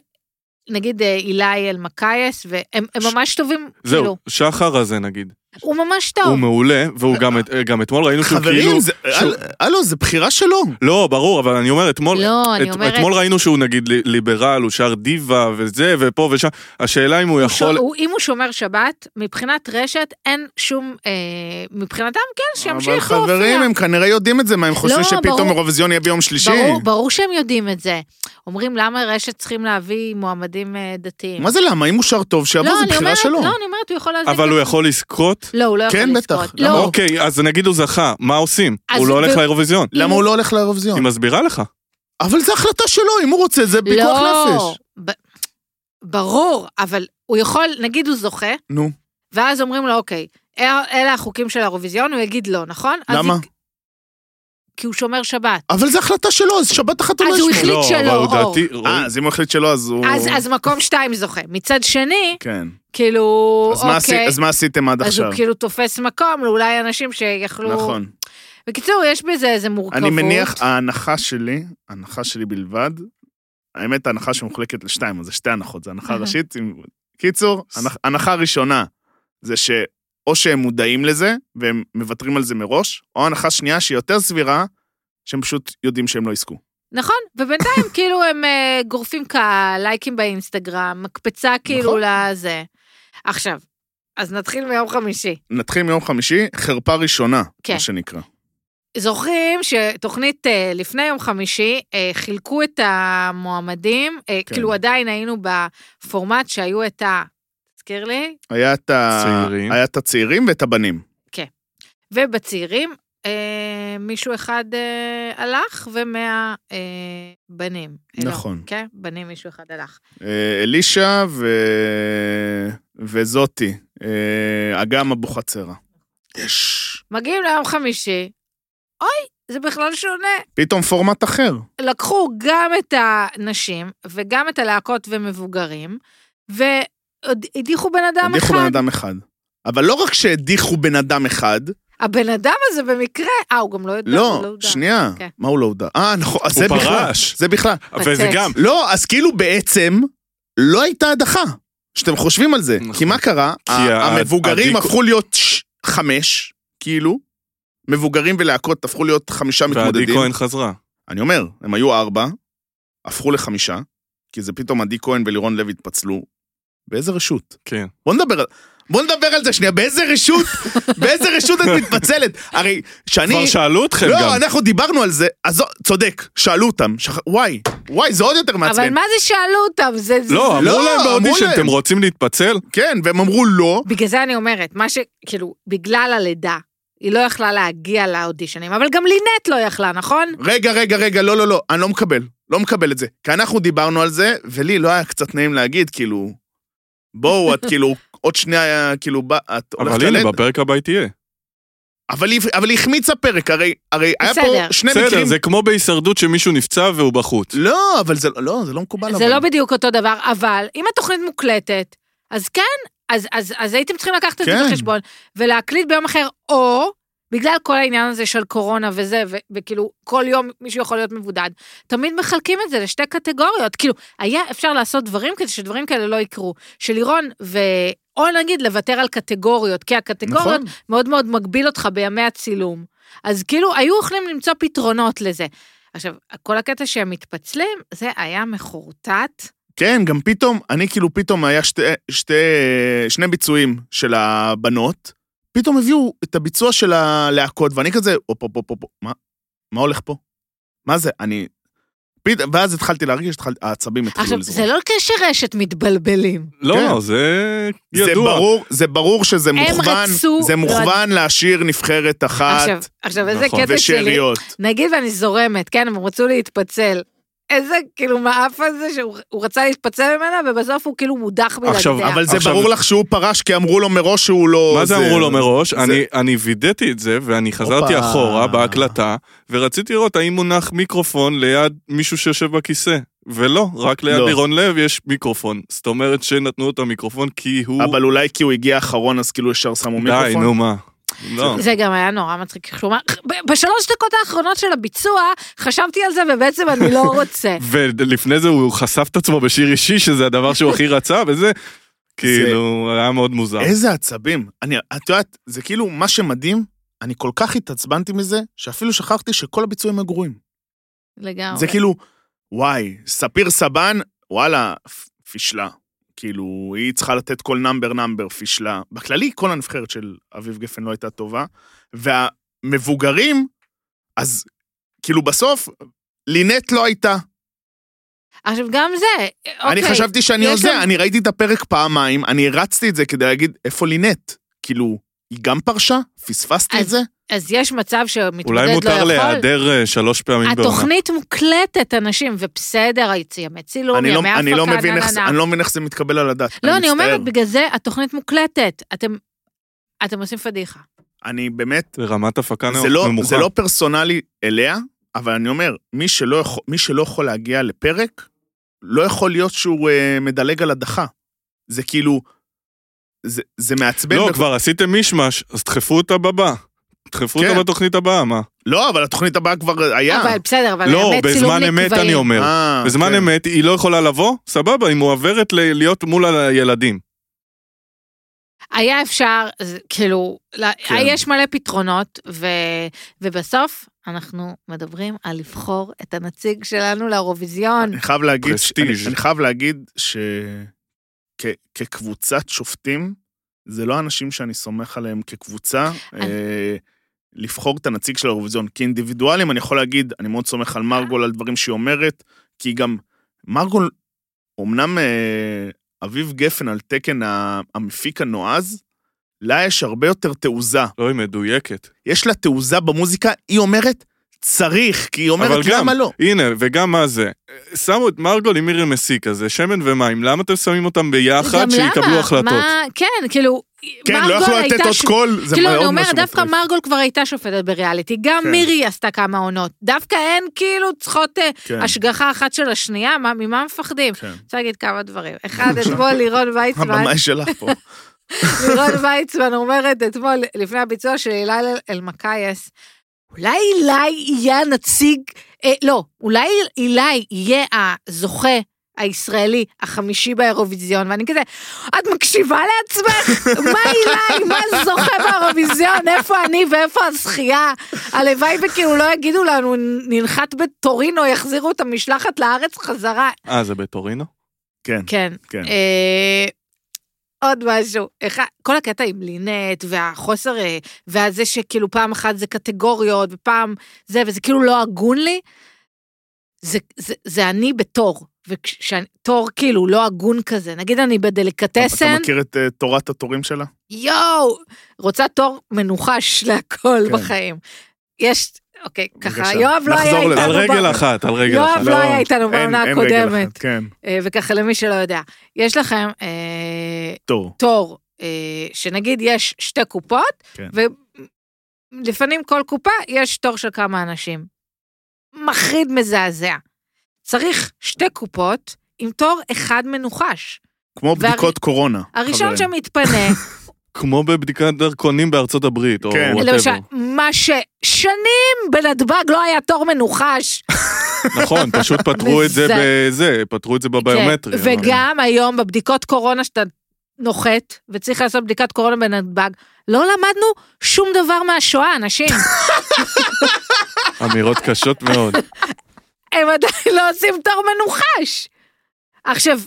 [SPEAKER 2] נגיד אה, אילי אלמקייס, והם הם
[SPEAKER 3] ש-
[SPEAKER 2] ממש טובים,
[SPEAKER 3] זהו,
[SPEAKER 2] כאילו, לא.
[SPEAKER 3] שחר הזה נגיד.
[SPEAKER 2] הוא ממש טוב.
[SPEAKER 3] הוא מעולה, והוא גם את- גם אתמול ראינו שהוא כאילו...
[SPEAKER 1] חברים, זה- הל- הלו, זה בחירה שלו.
[SPEAKER 3] לא, ברור, אבל אני אומר, אתמול...
[SPEAKER 2] לא, אני
[SPEAKER 3] את-
[SPEAKER 2] אומרת,
[SPEAKER 3] אתמול ראינו שהוא נגיד ל- ליברל, הוא שר דיווה וזה ופה ושם, השאלה אם הוא
[SPEAKER 2] הוא ש-
[SPEAKER 3] יכול...
[SPEAKER 2] הוא- אם הוא שומר שבת, מבחינת רשת אין שום, אה, מבחינתם כן,
[SPEAKER 1] אבל
[SPEAKER 2] שימשיך להופיע.
[SPEAKER 1] חברים, הם כנראה יודעים את זה, מה הם חושבים
[SPEAKER 2] לא,
[SPEAKER 1] שפתאום
[SPEAKER 2] ברור.
[SPEAKER 1] אירוויזיון יהיה ביום שלישי?
[SPEAKER 2] ברור, ברור שהם יודעים את זה. אומרים למה רשת צריכים להביא מועמדים אה, דתיים.
[SPEAKER 1] מה זה למה? אם הוא שר טוב, שיבוא,
[SPEAKER 2] לא,
[SPEAKER 1] זו
[SPEAKER 2] אני
[SPEAKER 1] בחירה
[SPEAKER 2] אומרת-
[SPEAKER 1] שלו.
[SPEAKER 2] לא, אני אומרת, הוא יכול להזיק.
[SPEAKER 3] אבל הוא
[SPEAKER 2] לעצמו.
[SPEAKER 3] יכול לזכות?
[SPEAKER 2] לא, הוא לא יכול
[SPEAKER 1] כן,
[SPEAKER 2] לזכות.
[SPEAKER 1] בטח.
[SPEAKER 2] לא,
[SPEAKER 1] למה?
[SPEAKER 3] אוקיי, אז נגיד הוא זכה, מה עושים?
[SPEAKER 2] אז
[SPEAKER 3] הוא לא
[SPEAKER 2] ו-
[SPEAKER 3] הולך לאירוויזיון.
[SPEAKER 1] למה הוא לא הולך לאירוויזיון?
[SPEAKER 3] היא מסבירה לך.
[SPEAKER 1] אבל זו החלטה שלו, אם הוא רוצה, זה פיקוח
[SPEAKER 2] לא,
[SPEAKER 1] נפש.
[SPEAKER 2] ב- ברור, אבל הוא יכול, נגיד הוא זוכה,
[SPEAKER 1] נו,
[SPEAKER 2] ואז אומרים לו, אוקיי, אל- אלה החוקים של האירוויזיון, הוא יגיד לא, נכון? אז
[SPEAKER 1] למה?
[SPEAKER 2] הוא- כי הוא שומר שבת.
[SPEAKER 1] אבל זו החלטה שלו, אז שבת אחת
[SPEAKER 2] אז
[SPEAKER 1] עולה
[SPEAKER 2] הוא
[SPEAKER 1] שמו.
[SPEAKER 2] החליט
[SPEAKER 3] לא,
[SPEAKER 2] שלא,
[SPEAKER 3] אבל הוא
[SPEAKER 2] אור.
[SPEAKER 3] דעתי...
[SPEAKER 1] אה, אז אם הוא החליט שלא, אז הוא...
[SPEAKER 2] אז, אז מקום שתיים זוכה. מצד שני,
[SPEAKER 1] כן.
[SPEAKER 2] כאילו,
[SPEAKER 1] אז מה עשי-
[SPEAKER 2] אוקיי,
[SPEAKER 1] אז מה עשיתם עד
[SPEAKER 2] אז הוא
[SPEAKER 1] עכשיו?
[SPEAKER 2] כאילו תופס מקום לאולי אנשים שיכלו...
[SPEAKER 1] נכון.
[SPEAKER 2] בקיצור, יש בזה איזה מורכבות.
[SPEAKER 1] אני מניח, ההנחה שלי, ההנחה שלי בלבד, האמת, ההנחה שמוחלקת לשתיים, אז זה שתי הנחות, זו הנחה
[SPEAKER 2] אהה.
[SPEAKER 1] ראשית. עם- קיצור, הנח- הנחה ראשונה זה ש... או שהם מודעים לזה, והם מוותרים על זה מראש, או הנחה שנייה שהיא יותר סבירה, שהם פשוט יודעים שהם לא יזכו.
[SPEAKER 2] נכון,
[SPEAKER 1] <laughs>
[SPEAKER 2] ובינתיים כאילו הם אה, גורפים קהל, לייקים באינסטגרם, מקפצה כאילו
[SPEAKER 1] נכון.
[SPEAKER 2] לזה. עכשיו, אז נתחיל מיום חמישי.
[SPEAKER 1] נתחיל מיום חמישי, חרפה ראשונה,
[SPEAKER 2] כן.
[SPEAKER 1] מה שנקרא.
[SPEAKER 2] זוכרים שתוכנית אה, לפני יום חמישי אה, חילקו את המועמדים, אה,
[SPEAKER 1] כן.
[SPEAKER 2] כאילו עדיין היינו בפורמט שהיו את ה... תזכיר לי?
[SPEAKER 1] היה את, ה...
[SPEAKER 3] צעירים.
[SPEAKER 1] היה את הצעירים ואת הבנים.
[SPEAKER 2] ובצעירים אה, מישהו אחד אה, הלך ומאה אה, בנים. אה, לא,
[SPEAKER 1] נכון.
[SPEAKER 2] כן, בנים מישהו אחד הלך.
[SPEAKER 1] אה, אלישע ו... וזאתי, אה, אגם אבוחצירא. יש.
[SPEAKER 2] מגיעים ליום חמישי, אוי, זה בכלל שונה.
[SPEAKER 1] פתאום פורמט אחר.
[SPEAKER 2] לקחו גם את הנשים וגם את הלהקות ומבוגרים, והדיחו בן אדם
[SPEAKER 1] הדיחו
[SPEAKER 2] אחד.
[SPEAKER 1] בן אדם אחד. אבל לא רק שהדיחו בן אדם אחד,
[SPEAKER 2] הבן אדם הזה במקרה, אה, הוא גם לא יודע. לא, הוא
[SPEAKER 1] לא,
[SPEAKER 2] יודע.
[SPEAKER 1] שנייה.
[SPEAKER 2] אוקיי.
[SPEAKER 1] מה הוא לא הודע? אה, נכון, אז
[SPEAKER 3] הוא
[SPEAKER 1] זה בכלל.
[SPEAKER 3] פרש.
[SPEAKER 1] זה בכלל.
[SPEAKER 3] וזה
[SPEAKER 2] בצק.
[SPEAKER 3] גם,
[SPEAKER 1] לא, אז כאילו בעצם לא הייתה הדחה. שאתם חושבים על זה.
[SPEAKER 3] נכון.
[SPEAKER 1] כי מה קרה?
[SPEAKER 3] כי
[SPEAKER 1] ה-
[SPEAKER 3] ה-
[SPEAKER 1] המבוגרים
[SPEAKER 3] הדיק-
[SPEAKER 1] הפכו להיות ש- חמש, כאילו. מבוגרים ולהקות הפכו להיות חמישה
[SPEAKER 3] ועדי
[SPEAKER 1] מתמודדים.
[SPEAKER 3] כהן חזרה.
[SPEAKER 1] אני אומר, הם היו ארבע, הפכו לחמישה, כי זה פתאום עדי כהן ולירון לוי התפצלו. באיזה רשות?
[SPEAKER 3] כן.
[SPEAKER 1] בוא נדבר על... בוא נדבר על זה שנייה, באיזה
[SPEAKER 3] <laughs>
[SPEAKER 1] רשות, באיזה רשות את מתפצלת? הרי שאני...
[SPEAKER 3] כבר שאלו אתכם
[SPEAKER 1] לא,
[SPEAKER 3] גם.
[SPEAKER 1] אנחנו דיברנו על זה, אז זו- צודק, שאלו אותם, שכ... וואי, וואי, זה עוד יותר מעצבן.
[SPEAKER 2] אבל מה זה שאלו אותם? זה... זה-
[SPEAKER 3] לא,
[SPEAKER 1] לא,
[SPEAKER 3] אמרו להם
[SPEAKER 1] אמרו
[SPEAKER 3] באודישן,
[SPEAKER 1] להם.
[SPEAKER 3] אתם רוצים להתפצל?
[SPEAKER 1] כן, והם אמרו לא,
[SPEAKER 2] בגלל זה אני אומרת, מה ש... כאילו, בגלל הלידה, היא לא יכלה להגיע לאודישנים, אבל גם לינט לא יכלה, נכון?
[SPEAKER 1] רגע, רגע, רגע, לא, לא, לא, אני לא מקבל, לא מקבל את זה. כי אנחנו דיברנו על זה, ולי לא היה קצת נעים להגיד, כאילו, בואו, את כאילו, עוד שנייה, כאילו, בא- את הולכת
[SPEAKER 3] אבל הנה,
[SPEAKER 1] ללדת.
[SPEAKER 3] בפרק הבא היא תהיה.
[SPEAKER 1] אבל היא, אבל היא החמיצה פרק, הרי, הרי היה
[SPEAKER 2] בסדר.
[SPEAKER 1] פה שני
[SPEAKER 3] בסדר,
[SPEAKER 1] מקרים.
[SPEAKER 3] זה כמו בהישרדות שמישהו נפצע והוא בחוץ.
[SPEAKER 1] לא, אבל זה לא, זה לא מקובל.
[SPEAKER 2] זה
[SPEAKER 1] אבל.
[SPEAKER 2] לא בדיוק אותו דבר, אבל אם התוכנית מוקלטת, אז כן, אז, אז, אז הייתם צריכים לקחת את
[SPEAKER 1] כן.
[SPEAKER 2] זה בחשבון, ולהקליט ביום אחר, או בגלל כל העניין הזה של קורונה וזה, ו- וכאילו כל יום מישהו יכול להיות מבודד, תמיד מחלקים את זה לשתי קטגוריות. כאילו, היה אפשר לעשות דברים כדי שדברים כאלה לא יקרו. שלירון ו... או נגיד לוותר על קטגוריות, כי הקטגוריות
[SPEAKER 1] נכון.
[SPEAKER 2] מאוד מאוד מגביל אותך בימי הצילום. אז כאילו, היו יכולים למצוא פתרונות לזה. עכשיו, כל הקטע שהם מתפצלים, זה היה מחורטט.
[SPEAKER 1] כן, גם פתאום, אני כאילו פתאום היה שתי, שתי, שני ביצועים של הבנות, פתאום הביאו את הביצוע של הלהקות, ואני כזה, הופ, הופ, הופ, הופ, מה? מה הולך פה? מה זה? אני... פת... ואז התחלתי להרגיש, התחל... העצבים התחילו
[SPEAKER 2] עכשיו,
[SPEAKER 1] לזרום.
[SPEAKER 2] זה לא כרשת מתבלבלים.
[SPEAKER 1] כן.
[SPEAKER 3] לא, זה
[SPEAKER 1] זה
[SPEAKER 3] ידוע.
[SPEAKER 1] ברור, זה ברור שזה
[SPEAKER 2] הם
[SPEAKER 1] מוכוון,
[SPEAKER 2] רצו-
[SPEAKER 1] זה מוכוון להשאיר נבחרת אחת
[SPEAKER 2] עכשיו, עכשיו, איזה
[SPEAKER 3] נכון,
[SPEAKER 2] קטע שלי.
[SPEAKER 1] ושאריות.
[SPEAKER 2] נגיד ואני זורמת, כן, הם רצו להתפצל. איזה כאילו מעף הזה שהוא הוא רצה להתפצל ממנה, ובסוף הוא כאילו מודח בלעדיה.
[SPEAKER 3] עכשיו,
[SPEAKER 1] אבל זה
[SPEAKER 3] עכשיו-
[SPEAKER 1] ברור לך שהוא פרש כי אמרו לו מראש שהוא לא...
[SPEAKER 3] מה זה אמרו לו מראש? אני- אני וידאתי את זה, ואני חזרתי
[SPEAKER 1] הופה.
[SPEAKER 3] אחורה בהקלטה, ורציתי לראות האם מונח מיקרופון ליד מישהו שיושב בכיסא. ולא, רק ליד
[SPEAKER 1] לא.
[SPEAKER 3] לירון לב יש מיקרופון. זאת אומרת שנתנו אותו מיקרופון כי הוא...
[SPEAKER 1] אבל אולי כי הוא הגיע אחרון, אז כאילו ישר שמו מיקרופון.
[SPEAKER 3] די, נו מה. לא.
[SPEAKER 2] זה גם היה נורא מצחיק, כלומר, ב- בשלוש דקות האחרונות של הביצוע, חשבתי על זה ובעצם אני לא רוצה.
[SPEAKER 3] ולפני זה הוא חשף את עצמו בשיר אישי, שזה הדבר שהוא הכי רצה, וזה... כאילו, היה מאוד מוזר.
[SPEAKER 1] איזה עצבים. אני, את יודעת, זה כאילו, מה שמדהים, אני כל כך התעצבנתי מזה, שאפילו שכחתי שכל הביצועים היו גרועים.
[SPEAKER 2] לגמרי.
[SPEAKER 1] זה כאילו, וואי, ספיר סבן, וואלה, פ- פישלה. כאילו, היא צריכה לתת כל נאמבר נאמבר, פישלה. בכללי, כל הנבחרת של אביב גפן לא הייתה טובה. והמבוגרים, אז כאילו בסוף, לינט לא הייתה.
[SPEAKER 2] עכשיו, גם זה, אוקיי.
[SPEAKER 1] אני חשבתי שאני
[SPEAKER 2] יש
[SPEAKER 1] עוזר,
[SPEAKER 2] גם-
[SPEAKER 1] אני ראיתי את הפרק פעמיים, אני הרצתי את זה כדי להגיד, איפה לינט? כאילו, היא גם פרשה? פספסתי את
[SPEAKER 2] אז
[SPEAKER 1] זה?
[SPEAKER 2] אז יש מצב שמתמודד לא יכול.
[SPEAKER 3] אולי מותר להיעדר אה, שלוש פעמים בעונה.
[SPEAKER 2] התוכנית מוקלטת, אנשים, ובסדר, ימי צילום,
[SPEAKER 1] אני
[SPEAKER 2] ימי
[SPEAKER 1] לא-
[SPEAKER 2] הפקה,
[SPEAKER 1] אני לא מבין
[SPEAKER 2] נה,
[SPEAKER 1] איך
[SPEAKER 2] נה,
[SPEAKER 1] זה-
[SPEAKER 2] נה.
[SPEAKER 1] אני לא מבין איך זה מתקבל על הדעת.
[SPEAKER 2] לא, אני
[SPEAKER 1] מצטער.
[SPEAKER 2] אומרת, בגלל זה התוכנית מוקלטת. אתם... אתם עושים פדיחה.
[SPEAKER 1] אני באמת,
[SPEAKER 3] זה רמת הפקה
[SPEAKER 1] זה לא-
[SPEAKER 3] נמוכה.
[SPEAKER 1] זה לא פרסונלי אליה, אבל אני אומר, מי שלא יכול- מי שלא יכול להגיע לפרק, לא יכול להיות שהוא אה, מדלג על הדחה. זה כאילו, זה- זה מעצבן.
[SPEAKER 3] לא,
[SPEAKER 1] בכ-
[SPEAKER 3] כבר עשיתם מישמש, אז דחפו אותה בבא. דחפו
[SPEAKER 1] כן.
[SPEAKER 3] אותה בתוכנית הבאה, מה?
[SPEAKER 1] לא, אבל התוכנית הבאה כבר היה.
[SPEAKER 2] אבל בסדר, אבל
[SPEAKER 3] לא,
[SPEAKER 2] ימי צילום
[SPEAKER 3] בזמן אמת
[SPEAKER 2] נקבעים.
[SPEAKER 3] אני אומר.
[SPEAKER 1] אה,
[SPEAKER 3] בזמן
[SPEAKER 1] כן.
[SPEAKER 3] אמת היא לא יכולה לבוא, סבבה, היא מועברת ל- להיות מול הילדים.
[SPEAKER 2] היה אפשר, אז, כאילו, לה-
[SPEAKER 1] כן.
[SPEAKER 2] יש מלא פתרונות, ו... ובסוף אנחנו מדברים על לבחור את הנציג שלנו לאירוויזיון.
[SPEAKER 1] אני חייב להגיד, ש- אני,
[SPEAKER 3] פרסטיג'.
[SPEAKER 1] אני חייב להגיד ש... כ, כקבוצת שופטים, זה לא האנשים שאני סומך עליהם כקבוצה, אה, לבחור את הנציג של האירוויזיון. כאינדיבידואלים, אני יכול להגיד, אני מאוד סומך על מרגול, על דברים שהיא אומרת, כי גם מרגול, אמנם אה, אביב גפן על תקן ה- המפיק הנועז, לה יש הרבה יותר תעוזה.
[SPEAKER 3] לא, היא מדויקת.
[SPEAKER 1] יש לה תעוזה במוזיקה, היא אומרת, צריך, כי היא
[SPEAKER 3] אבל
[SPEAKER 1] אומרת,
[SPEAKER 3] גם-
[SPEAKER 1] למה לא?
[SPEAKER 3] הנה, וגם מה זה? אה, שמו את מרגול עם מירי מסיקה, זה שמן ומים, למה אתם שמים אותם ביחד
[SPEAKER 2] גם
[SPEAKER 3] שיקבלו
[SPEAKER 2] למה?
[SPEAKER 3] החלטות?
[SPEAKER 2] מה, כן, כאילו,
[SPEAKER 1] כן, לא
[SPEAKER 2] מרגול
[SPEAKER 1] יכלו
[SPEAKER 2] הייתה
[SPEAKER 1] לתת עוד
[SPEAKER 2] ש-
[SPEAKER 1] קול, זה
[SPEAKER 2] כאילו,
[SPEAKER 1] מאוד
[SPEAKER 2] אני אומרת,
[SPEAKER 1] משהו
[SPEAKER 2] דווקא
[SPEAKER 1] מטריף.
[SPEAKER 2] מרגול כבר הייתה שופטת בריאליטי, גם
[SPEAKER 1] כן.
[SPEAKER 2] מירי עשתה כמה עונות. דווקא הן כאילו צריכות אה,
[SPEAKER 1] כן,
[SPEAKER 2] השגחה אחת של השנייה, מה- ממה מפחדים?
[SPEAKER 1] כן.
[SPEAKER 2] רוצה להגיד כמה דברים. אחד,
[SPEAKER 1] <laughs>
[SPEAKER 2] אתמול לירון ויצמן,
[SPEAKER 1] הבמאי שלך פה.
[SPEAKER 2] לירון ויצמן אומרת אתמול, לפני הביצוע של הילה אל- אלמקייס, אולי אילי יהיה הנציג, אה, לא, אולי אילי יהיה הזוכה. הישראלי החמישי באירוויזיון, ואני כזה, את מקשיבה לעצמך? מה אילי? מה זוכה באירוויזיון? איפה אני ואיפה הזכייה? הלוואי וכאילו לא יגידו לנו, ננחת בטורינו, יחזירו את המשלחת לארץ חזרה.
[SPEAKER 3] אה, זה בטורינו?
[SPEAKER 1] כן,
[SPEAKER 2] כן.
[SPEAKER 1] כן.
[SPEAKER 2] אה, עוד משהו, אחד, כל הקטע עם לינט והחוסר, אה, והזה שכאילו פעם אחת זה קטגוריות ופעם זה, וזה כאילו לא הגון לי, זה, זה, זה אני בתור, ותור כאילו לא הגון כזה, נגיד אני
[SPEAKER 1] אתה
[SPEAKER 2] בדליקטסן,
[SPEAKER 1] מכיר את אה, תורת התורים שלה?
[SPEAKER 2] יואו, רוצה תור מנוחש להכל
[SPEAKER 1] כן.
[SPEAKER 2] בחיים. יש, אוקיי, ככה,
[SPEAKER 1] בבקשה.
[SPEAKER 2] יואב לא היה
[SPEAKER 1] נחזור לזה.
[SPEAKER 3] על
[SPEAKER 2] איתנו,
[SPEAKER 3] רגל
[SPEAKER 2] ב-
[SPEAKER 3] אחת, על רגל
[SPEAKER 2] יואב
[SPEAKER 3] אחת.
[SPEAKER 2] לא היה איתנו בעונה
[SPEAKER 1] נכון. אין- אין רגל
[SPEAKER 2] הקודמת.
[SPEAKER 1] אחת, כן,
[SPEAKER 2] אה, וככה למי שלא יודע, יש לכם, אה,
[SPEAKER 1] תור.
[SPEAKER 2] תור, אה, שנגיד יש שתי קופות,
[SPEAKER 1] כן.
[SPEAKER 2] ולפעמים כל קופה יש תור של כמה אנשים. מחריד מזעזע. צריך שתי קופות עם תור אחד מנוחש.
[SPEAKER 1] כמו בדיקות קורונה.
[SPEAKER 2] הראשון
[SPEAKER 1] חברים. <laughs>
[SPEAKER 2] שמתפנה,
[SPEAKER 3] כמו בבדיקת דרכונים בארצות הברית, או
[SPEAKER 1] כן.
[SPEAKER 2] למשל,
[SPEAKER 3] וואטאבר.
[SPEAKER 2] מה ששנים בנתב"ג לא היה תור מנוחש.
[SPEAKER 3] נכון, פשוט פתרו את זה
[SPEAKER 2] וזה-
[SPEAKER 3] בזה, פתרו את זה בביומטרי.
[SPEAKER 2] כן, וגם היום בבדיקות קורונה שאתה נוחת, וצריך לעשות בדיקת קורונה בנתב"ג, לא למדנו שום דבר מהשואה, אנשים.
[SPEAKER 3] אמירות קשות מאוד.
[SPEAKER 2] הם עדיין לא עושים תור מנוחש. עכשיו,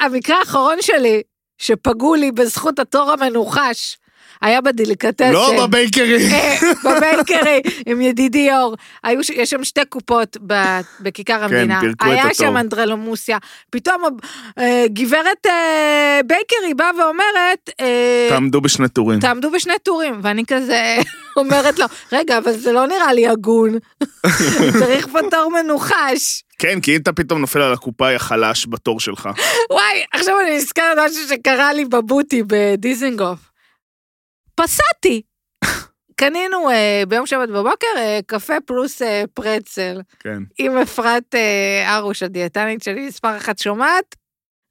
[SPEAKER 2] המקרה האחרון שלי, שפגעו לי בזכות התור המנוחש, היה בדליקטסן.
[SPEAKER 1] לא בבייקרי.
[SPEAKER 2] אה, בבייקרי עם ידידי אור, היו ש... יש שם שתי קופות ב... בכיכר המדינה.
[SPEAKER 1] כן, פירקו את
[SPEAKER 2] היה
[SPEAKER 1] התור.
[SPEAKER 2] שם אנדרלמוסיה. פתאום אה, גברת אה, בייקרי באה ואומרת, אה,
[SPEAKER 1] תעמדו בשני טורים.
[SPEAKER 2] תעמדו בשני טורים, ואני כזה <laughs> אומרת לו, רגע, אבל זה לא נראה לי הגון. <laughs> צריך פה תור מנוחש.
[SPEAKER 1] כן, כי אם אתה פתאום נופל על הקופאי החלש בתור שלך.
[SPEAKER 2] וואי, עכשיו אני נזכרת משהו שקרה לי בבוטי בדיזינגוף. פסעתי. קנינו אה, ביום שבת בבוקר אה, קפה פלוס אה, פרצל.
[SPEAKER 1] כן.
[SPEAKER 2] עם אפרת אה, ארוש, הדיאטנית שלי, מספר אחת שומעת,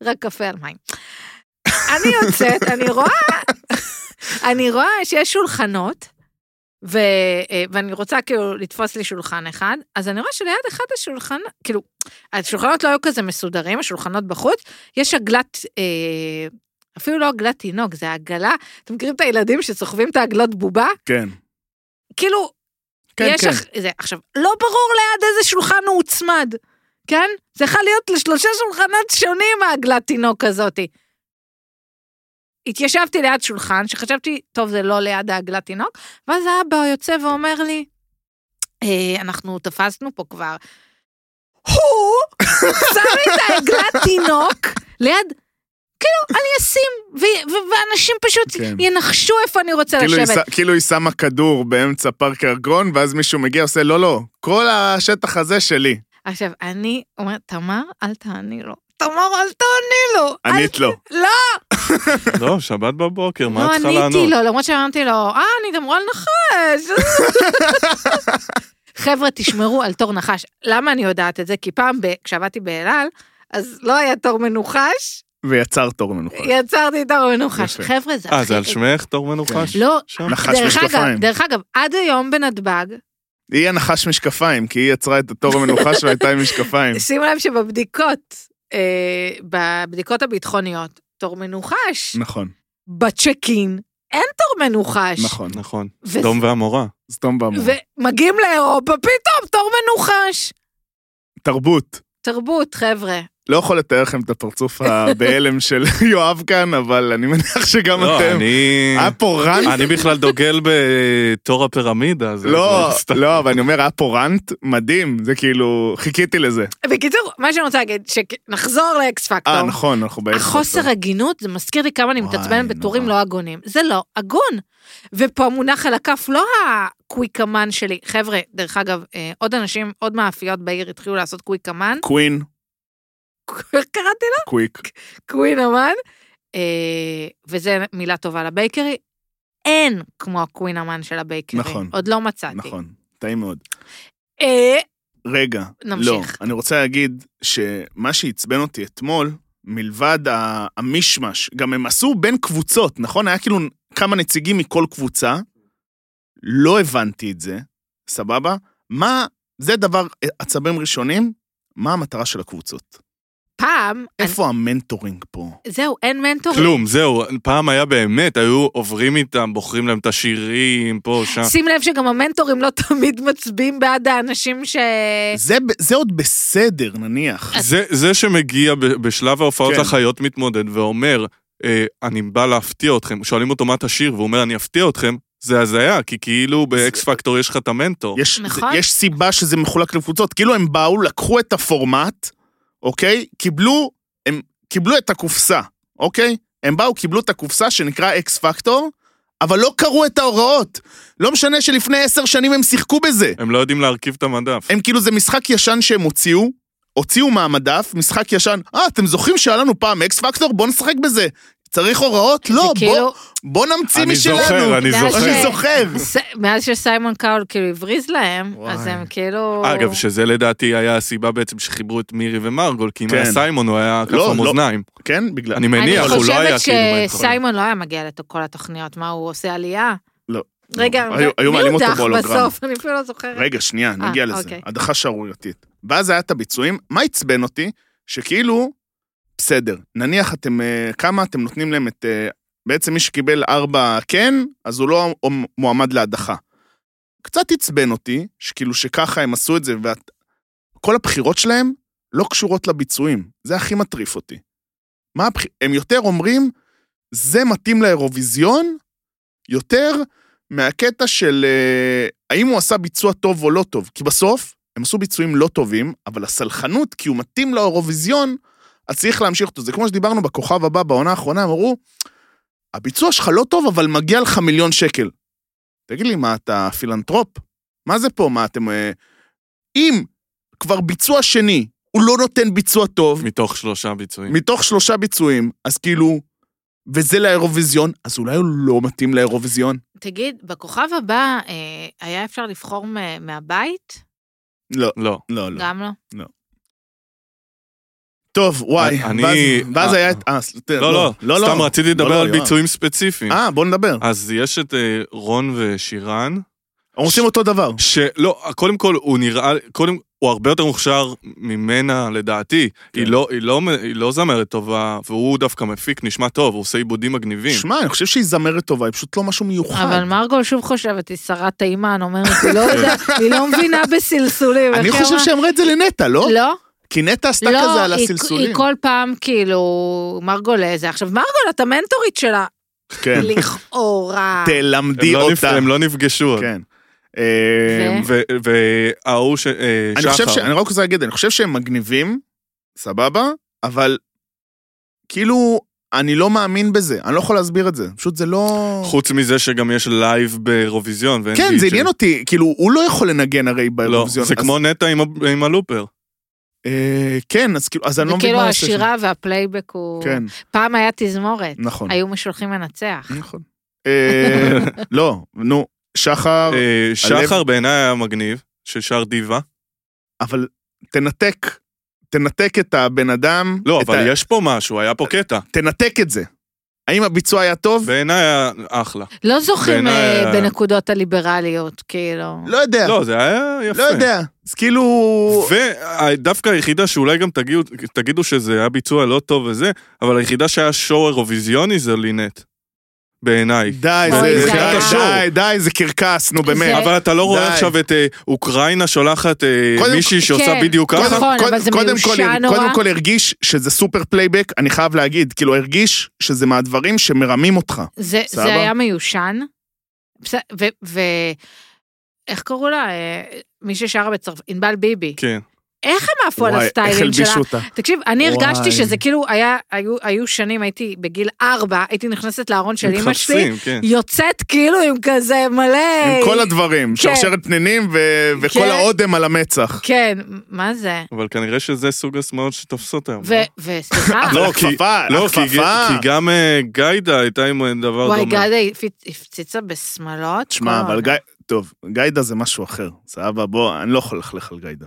[SPEAKER 2] רק קפה על מים. אני יוצאת, אני רואה, אני רואה שיש שולחנות, ו, אה, ואני רוצה כאילו לתפוס לי שולחן אחד, אז אני רואה שליד אחד השולחן, כאילו, השולחנות לא היו כזה מסודרים, השולחנות בחוץ, יש עגלת, אה, אפילו לא עגלת תינוק, זה עגלה, אתם מכירים את הילדים שסוחבים את העגלות בובה? <laughs>
[SPEAKER 1] כן.
[SPEAKER 2] כאילו,
[SPEAKER 1] כן,
[SPEAKER 2] יש
[SPEAKER 1] כן.
[SPEAKER 2] אח... זה, עכשיו, לא ברור ליד איזה שולחן הוא הוצמד, כן? זה יכול להיות לשלושה שולחנות שונים העגלת תינוק הזאתי. התיישבתי ליד שולחן, שחשבתי, טוב, זה לא ליד העגלת תינוק, ואז האבא יוצא ואומר לי, "אה, אנחנו תפסנו פה כבר. הוא שם את העגלת תינוק ליד, כאילו, אני אשים, ו- ו- ואנשים פשוט
[SPEAKER 1] כן.
[SPEAKER 2] ינחשו איפה אני רוצה
[SPEAKER 1] כאילו היא
[SPEAKER 2] לשבת.
[SPEAKER 1] ש- כאילו היא שמה כדור באמצע פארק הירקון, ואז מישהו מגיע ועושה, לא, לא, כל השטח הזה שלי.
[SPEAKER 2] עכשיו, אני אומרת, תמר, אל תעני לו. תמר, אל תעני לו. אל-
[SPEAKER 1] ענית לו.
[SPEAKER 2] לא,
[SPEAKER 3] לא, שבת בבוקר, מה את צריכה
[SPEAKER 2] לא
[SPEAKER 3] לענות?
[SPEAKER 2] עניתי לו, למרות שאמרתי לו, אה, אני גם רול נחש. <laughs> חבר'ה, תשמרו על תור נחש. למה אני יודעת את זה? כי פעם, ב- כשעבדתי באלעל, אז לא היה תור מנוחש,
[SPEAKER 1] ויצר תור מנוחה.
[SPEAKER 2] יצרתי תור מנוחש.
[SPEAKER 1] יפה.
[SPEAKER 2] חבר'ה, זה
[SPEAKER 3] אה, זה על
[SPEAKER 2] הכי-
[SPEAKER 3] שמך, תור מנוחש?
[SPEAKER 2] לא,
[SPEAKER 3] שם?
[SPEAKER 1] נחש
[SPEAKER 2] דרך
[SPEAKER 1] משקפיים.
[SPEAKER 2] אגב, דרך אגב, עד היום בנתב"ג,
[SPEAKER 1] היא הנחש משקפיים, כי היא יצרה את התור המנוחה והייתה עם
[SPEAKER 2] <laughs>
[SPEAKER 3] כן.
[SPEAKER 1] משקפיים.
[SPEAKER 2] שימו לב שבבדיקות, אה, בבדיקות הביטחוניות, תור מנוחש.
[SPEAKER 1] נכון,
[SPEAKER 2] בצ'ק אין, אין תור מנוחש.
[SPEAKER 1] נכון.
[SPEAKER 3] נכון.
[SPEAKER 2] ו-
[SPEAKER 3] סדום והמורה.
[SPEAKER 1] סתום במה.
[SPEAKER 2] ומגיעים לאירופה, פתאום תור מנוחש.
[SPEAKER 1] תרבות.
[SPEAKER 2] תרבות, חבר'ה.
[SPEAKER 1] לא יכול לתאר לכם את הפרצוף הבהלם של יואב כאן, אבל אני מניח שגם
[SPEAKER 3] לא,
[SPEAKER 1] אתם.
[SPEAKER 3] אני...
[SPEAKER 1] היה פה רנט
[SPEAKER 3] אני בכלל דוגל בתור הפירמידה. זה
[SPEAKER 1] לא,
[SPEAKER 3] סתם.
[SPEAKER 1] לא, אבל אני אומר, היה פה ראנט מדהים, זה כאילו, חיכיתי לזה.
[SPEAKER 2] בקיצור, מה שאני רוצה להגיד, שנחזור לאקס
[SPEAKER 1] אה,
[SPEAKER 2] פקטור.
[SPEAKER 1] נכון, אנחנו באקס פקטור.
[SPEAKER 2] החוסר הגינות, זה מזכיר לי כמה אני
[SPEAKER 1] וואי,
[SPEAKER 2] מתעצבנת בטורים
[SPEAKER 1] נורא.
[SPEAKER 2] לא הגונים. זה לא הגון. ופה מונח על הכף לא הקוויקמן שלי. חבר'ה, דרך אגב, אה, עוד אנשים, עוד מאפיות בעיר התחילו לעשות קוויקמן.
[SPEAKER 1] קווין,
[SPEAKER 2] איך <laughs> קראתי
[SPEAKER 1] קוויק.
[SPEAKER 2] קווינמן, אה, וזה מילה טובה לבייקרי, אין כמו הקווינמן של הבייקרי.
[SPEAKER 1] נכון.
[SPEAKER 2] עוד לא מצאתי.
[SPEAKER 1] נכון, טעים מאוד.
[SPEAKER 2] אה,
[SPEAKER 1] רגע,
[SPEAKER 2] נמשיך.
[SPEAKER 1] לא, אני רוצה להגיד שמה שעצבן אותי אתמול, מלבד ה- המישמש, גם הם עשו בין קבוצות, נכון? היה כאילו כמה נציגים מכל קבוצה, לא הבנתי את זה, סבבה? מה, זה דבר, אה, עצבים ראשונים, מה המטרה של הקבוצות?
[SPEAKER 2] פעם,
[SPEAKER 1] איפה המנטורינג פה?
[SPEAKER 2] אני, זהו, אין מנטורים.
[SPEAKER 3] כלום, זהו. פעם היה באמת, היו עוברים איתם, בוחרים להם את השירים, פה, שם.
[SPEAKER 2] שים לב שגם המנטורים לא <laughs> תמיד מצביעים בעד האנשים ש... אה.
[SPEAKER 1] זה, ב- זה עוד בסדר, נניח.
[SPEAKER 3] זה, זה שמגיע ב- בשלב ההופעות
[SPEAKER 1] כן.
[SPEAKER 3] לחיות מתמודד ואומר, אה, אני בא להפתיע אתכם, שואלים אותו מה אתה שיר, והוא אומר, אני אפתיע אתכם, זה הזיה, כי כאילו באקס פקטור יש לך את המנטור.
[SPEAKER 1] יש,
[SPEAKER 2] נכון.
[SPEAKER 1] זה, יש סיבה שזה מחולק לקבוצות. כאילו הם באו, לקחו את הפורמט, אוקיי? קיבלו, הם קיבלו את הקופסה, אוקיי? הם באו, קיבלו את הקופסה שנקרא אקס פקטור, אבל לא קראו את ההוראות. לא משנה שלפני עשר שנים הם שיחקו בזה.
[SPEAKER 3] הם לא יודעים להרכיב את המדף.
[SPEAKER 1] הם כאילו, זה משחק ישן שהם הוציאו, הוציאו מהמדף, משחק ישן. אה, אתם זוכרים שהיה לנו פעם אקס פקטור? בואו נשחק בזה.
[SPEAKER 4] צריך הוראות? לא,
[SPEAKER 2] זה
[SPEAKER 4] בוא-
[SPEAKER 2] כאילו,
[SPEAKER 4] בוא נמציא
[SPEAKER 3] אני
[SPEAKER 4] משלנו.
[SPEAKER 3] זוכר, אני
[SPEAKER 2] ואז
[SPEAKER 3] זוכר.
[SPEAKER 1] אוקיי.
[SPEAKER 4] אני זוכר.
[SPEAKER 2] ס- מאז שסיימון קאול כאילו הבריז להם, אז
[SPEAKER 4] וואי.
[SPEAKER 2] הם כאילו...
[SPEAKER 3] אגב, שזה לדעתי היה הסיבה בעצם שחיברו את מירי ומרגול, כי אם
[SPEAKER 1] כן.
[SPEAKER 3] היה סיימון הוא היה
[SPEAKER 1] לא,
[SPEAKER 3] כף המאזניים.
[SPEAKER 1] כן, בגלל...
[SPEAKER 3] אני מניח, הוא לא היה כאילו...
[SPEAKER 2] אני
[SPEAKER 3] מעין
[SPEAKER 2] חושבת
[SPEAKER 3] חבר.
[SPEAKER 2] שסיימון לא היה מגיע לכל התוכניות, מה הוא עושה עלייה?
[SPEAKER 1] לא.
[SPEAKER 2] רגע,
[SPEAKER 1] היו- היו
[SPEAKER 2] מי
[SPEAKER 1] מעלים אותו
[SPEAKER 2] הודח
[SPEAKER 1] בהולוגרמה.
[SPEAKER 2] בסוף? אני אפילו לא זוכרת.
[SPEAKER 1] רגע, שנייה,
[SPEAKER 2] אה,
[SPEAKER 1] נגיע לזה.
[SPEAKER 2] אוקיי.
[SPEAKER 1] הדחה שערורייתית. ואז היה את הביצועים, מה עצבן אותי? שכאילו, בסדר, נניח אתם, אה, כמה אתם נותנים להם את... אה, בעצם מי שקיבל ארבע כן, אז הוא לא מ- מועמד להדחה. קצת עצבן אותי, שכאילו שככה הם עשו את זה, וכל הבחירות שלהם לא קשורות לביצועים. זה הכי מטריף אותי. מה הבח... הם יותר אומרים, זה מתאים לאירוויזיון, יותר מהקטע של אה, האם הוא עשה ביצוע טוב או לא טוב. כי בסוף, הם עשו ביצועים לא טובים, אבל הסלחנות, כי הוא מתאים לאירוויזיון, אז צריך להמשיך אותו. זה כמו שדיברנו בכוכב הבא, בעונה האחרונה, אמרו, הביצוע שלך לא טוב, אבל מגיע לך מיליון שקל. תגיד לי, מה, אתה פילנטרופ? מה זה פה? מה, אתם... אה, אם כבר ביצוע שני, הוא לא נותן ביצוע טוב,
[SPEAKER 3] מתוך שלושה ביצועים.
[SPEAKER 1] מתוך שלושה ביצועים, אז כאילו, וזה לאירוויזיון, אז אולי הוא לא מתאים לאירוויזיון?
[SPEAKER 2] תגיד, בכוכב הבא אה, היה אפשר לבחור מ- מהבית?
[SPEAKER 1] לא,
[SPEAKER 3] לא.
[SPEAKER 1] לא, לא.
[SPEAKER 2] גם לא.
[SPEAKER 1] טוב, וואי,
[SPEAKER 3] אני-
[SPEAKER 1] ואז- ואז
[SPEAKER 3] אה,
[SPEAKER 1] היה את... אה, ס-
[SPEAKER 3] לא, לא, סתם רציתי
[SPEAKER 1] לא,
[SPEAKER 3] לדבר על
[SPEAKER 1] יואב.
[SPEAKER 3] ביצועים ספציפיים.
[SPEAKER 1] אה, בוא נדבר.
[SPEAKER 3] אז יש את אה, רון ושירן,
[SPEAKER 1] הם עושים אותו דבר.
[SPEAKER 3] שלא, קודם כל הוא נראה, קודם, הוא הרבה יותר מוכשר ממנה לדעתי.
[SPEAKER 1] כן.
[SPEAKER 3] היא לא- היא לא מ- היא לא זמרת טובה, והוא דווקא מפיק, נשמע טוב, הוא עושה עיבודים מגניבים.
[SPEAKER 1] שמע, אני חושב שהיא זמרת טובה, היא פשוט לא משהו מיוחד.
[SPEAKER 2] אבל מרגול שוב חושבת, היא שרת תימן, אומרת, היא
[SPEAKER 1] <laughs>
[SPEAKER 2] לא יודעת, היא לא מבינה בסלסולים.
[SPEAKER 1] אני
[SPEAKER 2] איך היא
[SPEAKER 1] חושב
[SPEAKER 2] אמרה?
[SPEAKER 1] שהיא אמרה את זה לנטע, לא?
[SPEAKER 2] לא,
[SPEAKER 1] כי נטע עשתה כזה
[SPEAKER 2] לא,
[SPEAKER 1] על
[SPEAKER 2] היא-
[SPEAKER 1] הסלסולים.
[SPEAKER 2] היא כל פעם כאילו, מרגול זה. עכשיו, מרגול, את המנטורית שלה,
[SPEAKER 1] כן. <laughs>
[SPEAKER 2] לכאורה.
[SPEAKER 3] הם
[SPEAKER 1] תלמדי
[SPEAKER 3] לא נפ-
[SPEAKER 1] אותה.
[SPEAKER 3] הם לא נפגשו עוד.
[SPEAKER 1] כן. אה,
[SPEAKER 2] ו-
[SPEAKER 3] ו- וההוא ש... אה,
[SPEAKER 1] אני חושב לא- ש...
[SPEAKER 3] שחר.
[SPEAKER 1] אני רק רוצה להגיד, אני חושב שהם מגניבים, סבבה, אבל כאילו, אני לא מאמין בזה, אני לא יכול להסביר את זה. פשוט זה לא...
[SPEAKER 3] חוץ מזה שגם יש לייב באירוויזיון ואין
[SPEAKER 1] כן, זה
[SPEAKER 3] די-ג'יי.
[SPEAKER 1] עניין אותי, כאילו, הוא לא יכול לנגן הרי
[SPEAKER 3] לא,
[SPEAKER 1] באירוויזיון.
[SPEAKER 3] זה
[SPEAKER 1] אז-
[SPEAKER 3] כמו נטע עם ה- עם הלופר.
[SPEAKER 1] אה, כן, אז כאילו, אז אני לא מבין
[SPEAKER 2] וכאילו
[SPEAKER 1] מה הנושא
[SPEAKER 2] השירה והפלייבק הוא...
[SPEAKER 1] שם.
[SPEAKER 2] <laughs>
[SPEAKER 1] כן,
[SPEAKER 2] פעם היה תזמורת,
[SPEAKER 1] נכון.
[SPEAKER 2] היו משולחים מנצח.
[SPEAKER 1] נכון. אה, <laughs> לא, נו, שחר,
[SPEAKER 3] אה, שחר בעיניי היה מגניב, ששר דיווה.
[SPEAKER 1] אבל תנתק, תנתק את הבן אדם.
[SPEAKER 3] לא,
[SPEAKER 1] את
[SPEAKER 3] אבל
[SPEAKER 1] ה-
[SPEAKER 3] יש פה משהו, היה פה קטע.
[SPEAKER 1] תנתק את זה. האם הביצוע היה טוב?
[SPEAKER 3] בעיניי היה אחלה.
[SPEAKER 1] כן.
[SPEAKER 2] לא זוכים
[SPEAKER 3] בעיניי-
[SPEAKER 2] אה, בנקודות הליברליות, כאילו.
[SPEAKER 1] לא יודע,
[SPEAKER 3] לא, זה היה יפה.
[SPEAKER 1] לא יודע. אז כאילו...
[SPEAKER 3] ודווקא היחידה שאולי גם תגידו, תגידו שזה היה ביצוע לא טוב וזה, אבל היחידה שהיה שואו אירוויזיוני זה לינט. בעיניי.
[SPEAKER 1] די,
[SPEAKER 2] אוי,
[SPEAKER 1] זה,
[SPEAKER 2] זה
[SPEAKER 1] די,
[SPEAKER 2] היה-
[SPEAKER 1] די, די, זה קרקס, נו באמת.
[SPEAKER 2] זה- נכון,
[SPEAKER 3] אבל אתה לא
[SPEAKER 1] די.
[SPEAKER 3] רואה עכשיו את אה, אוקראינה שולחת אה,
[SPEAKER 1] קודם-
[SPEAKER 3] מישהי שעושה
[SPEAKER 2] כן,
[SPEAKER 3] בדיוק
[SPEAKER 2] קודם-
[SPEAKER 3] ככה?
[SPEAKER 2] נכון, אבל זה
[SPEAKER 1] קודם
[SPEAKER 2] מיושן
[SPEAKER 1] כל, הר-
[SPEAKER 2] נורא.
[SPEAKER 1] קודם כל הרגיש שזה סופר פלייבק, אני חייב להגיד, כאילו הרגיש שזה מהדברים שמרמים אותך.
[SPEAKER 2] זה,
[SPEAKER 1] סבא?
[SPEAKER 2] זה היה מיושן. בס- ו... ו... איך קראו לה? אה, מי ששרה בצרפת, ענבל ביבי.
[SPEAKER 3] כן.
[SPEAKER 2] איך הם עפו על
[SPEAKER 1] וואי, איך
[SPEAKER 2] הסטיילים שלה?
[SPEAKER 1] הלבישו אותה.
[SPEAKER 2] תקשיב, אני
[SPEAKER 1] וואי.
[SPEAKER 2] הרגשתי שזה כאילו היה, היו, היו שנים, הייתי בגיל ארבע, הייתי נכנסת לארון של אמא שלי,
[SPEAKER 3] מתחפשים, כן.
[SPEAKER 2] יוצאת כאילו עם כזה מלא...
[SPEAKER 1] עם כל הדברים,
[SPEAKER 2] כן.
[SPEAKER 1] שרשרת פנינים ו- וכל
[SPEAKER 2] כן.
[SPEAKER 1] האודם על המצח.
[SPEAKER 2] כן, מה זה?
[SPEAKER 3] אבל כנראה שזה סוג השמאלות שתופסות היום.
[SPEAKER 2] ו...
[SPEAKER 1] <laughs>
[SPEAKER 2] וסליחה,
[SPEAKER 1] אבל
[SPEAKER 3] לא, כי-
[SPEAKER 1] הכפפה,
[SPEAKER 3] לא, כי
[SPEAKER 1] הכפפה.
[SPEAKER 3] כי גם אה, גיידה הייתה עם
[SPEAKER 1] לא,
[SPEAKER 3] דבר
[SPEAKER 2] וואי,
[SPEAKER 3] דומה.
[SPEAKER 2] גדה הפ- הפציצה בשמאלות.
[SPEAKER 1] תשמע,
[SPEAKER 2] כל
[SPEAKER 1] אבל
[SPEAKER 2] העונה.
[SPEAKER 1] גיא... טוב, גיידה זה משהו אחר. סבבה, בוא, אני לא יכול ללכלך על גיידה.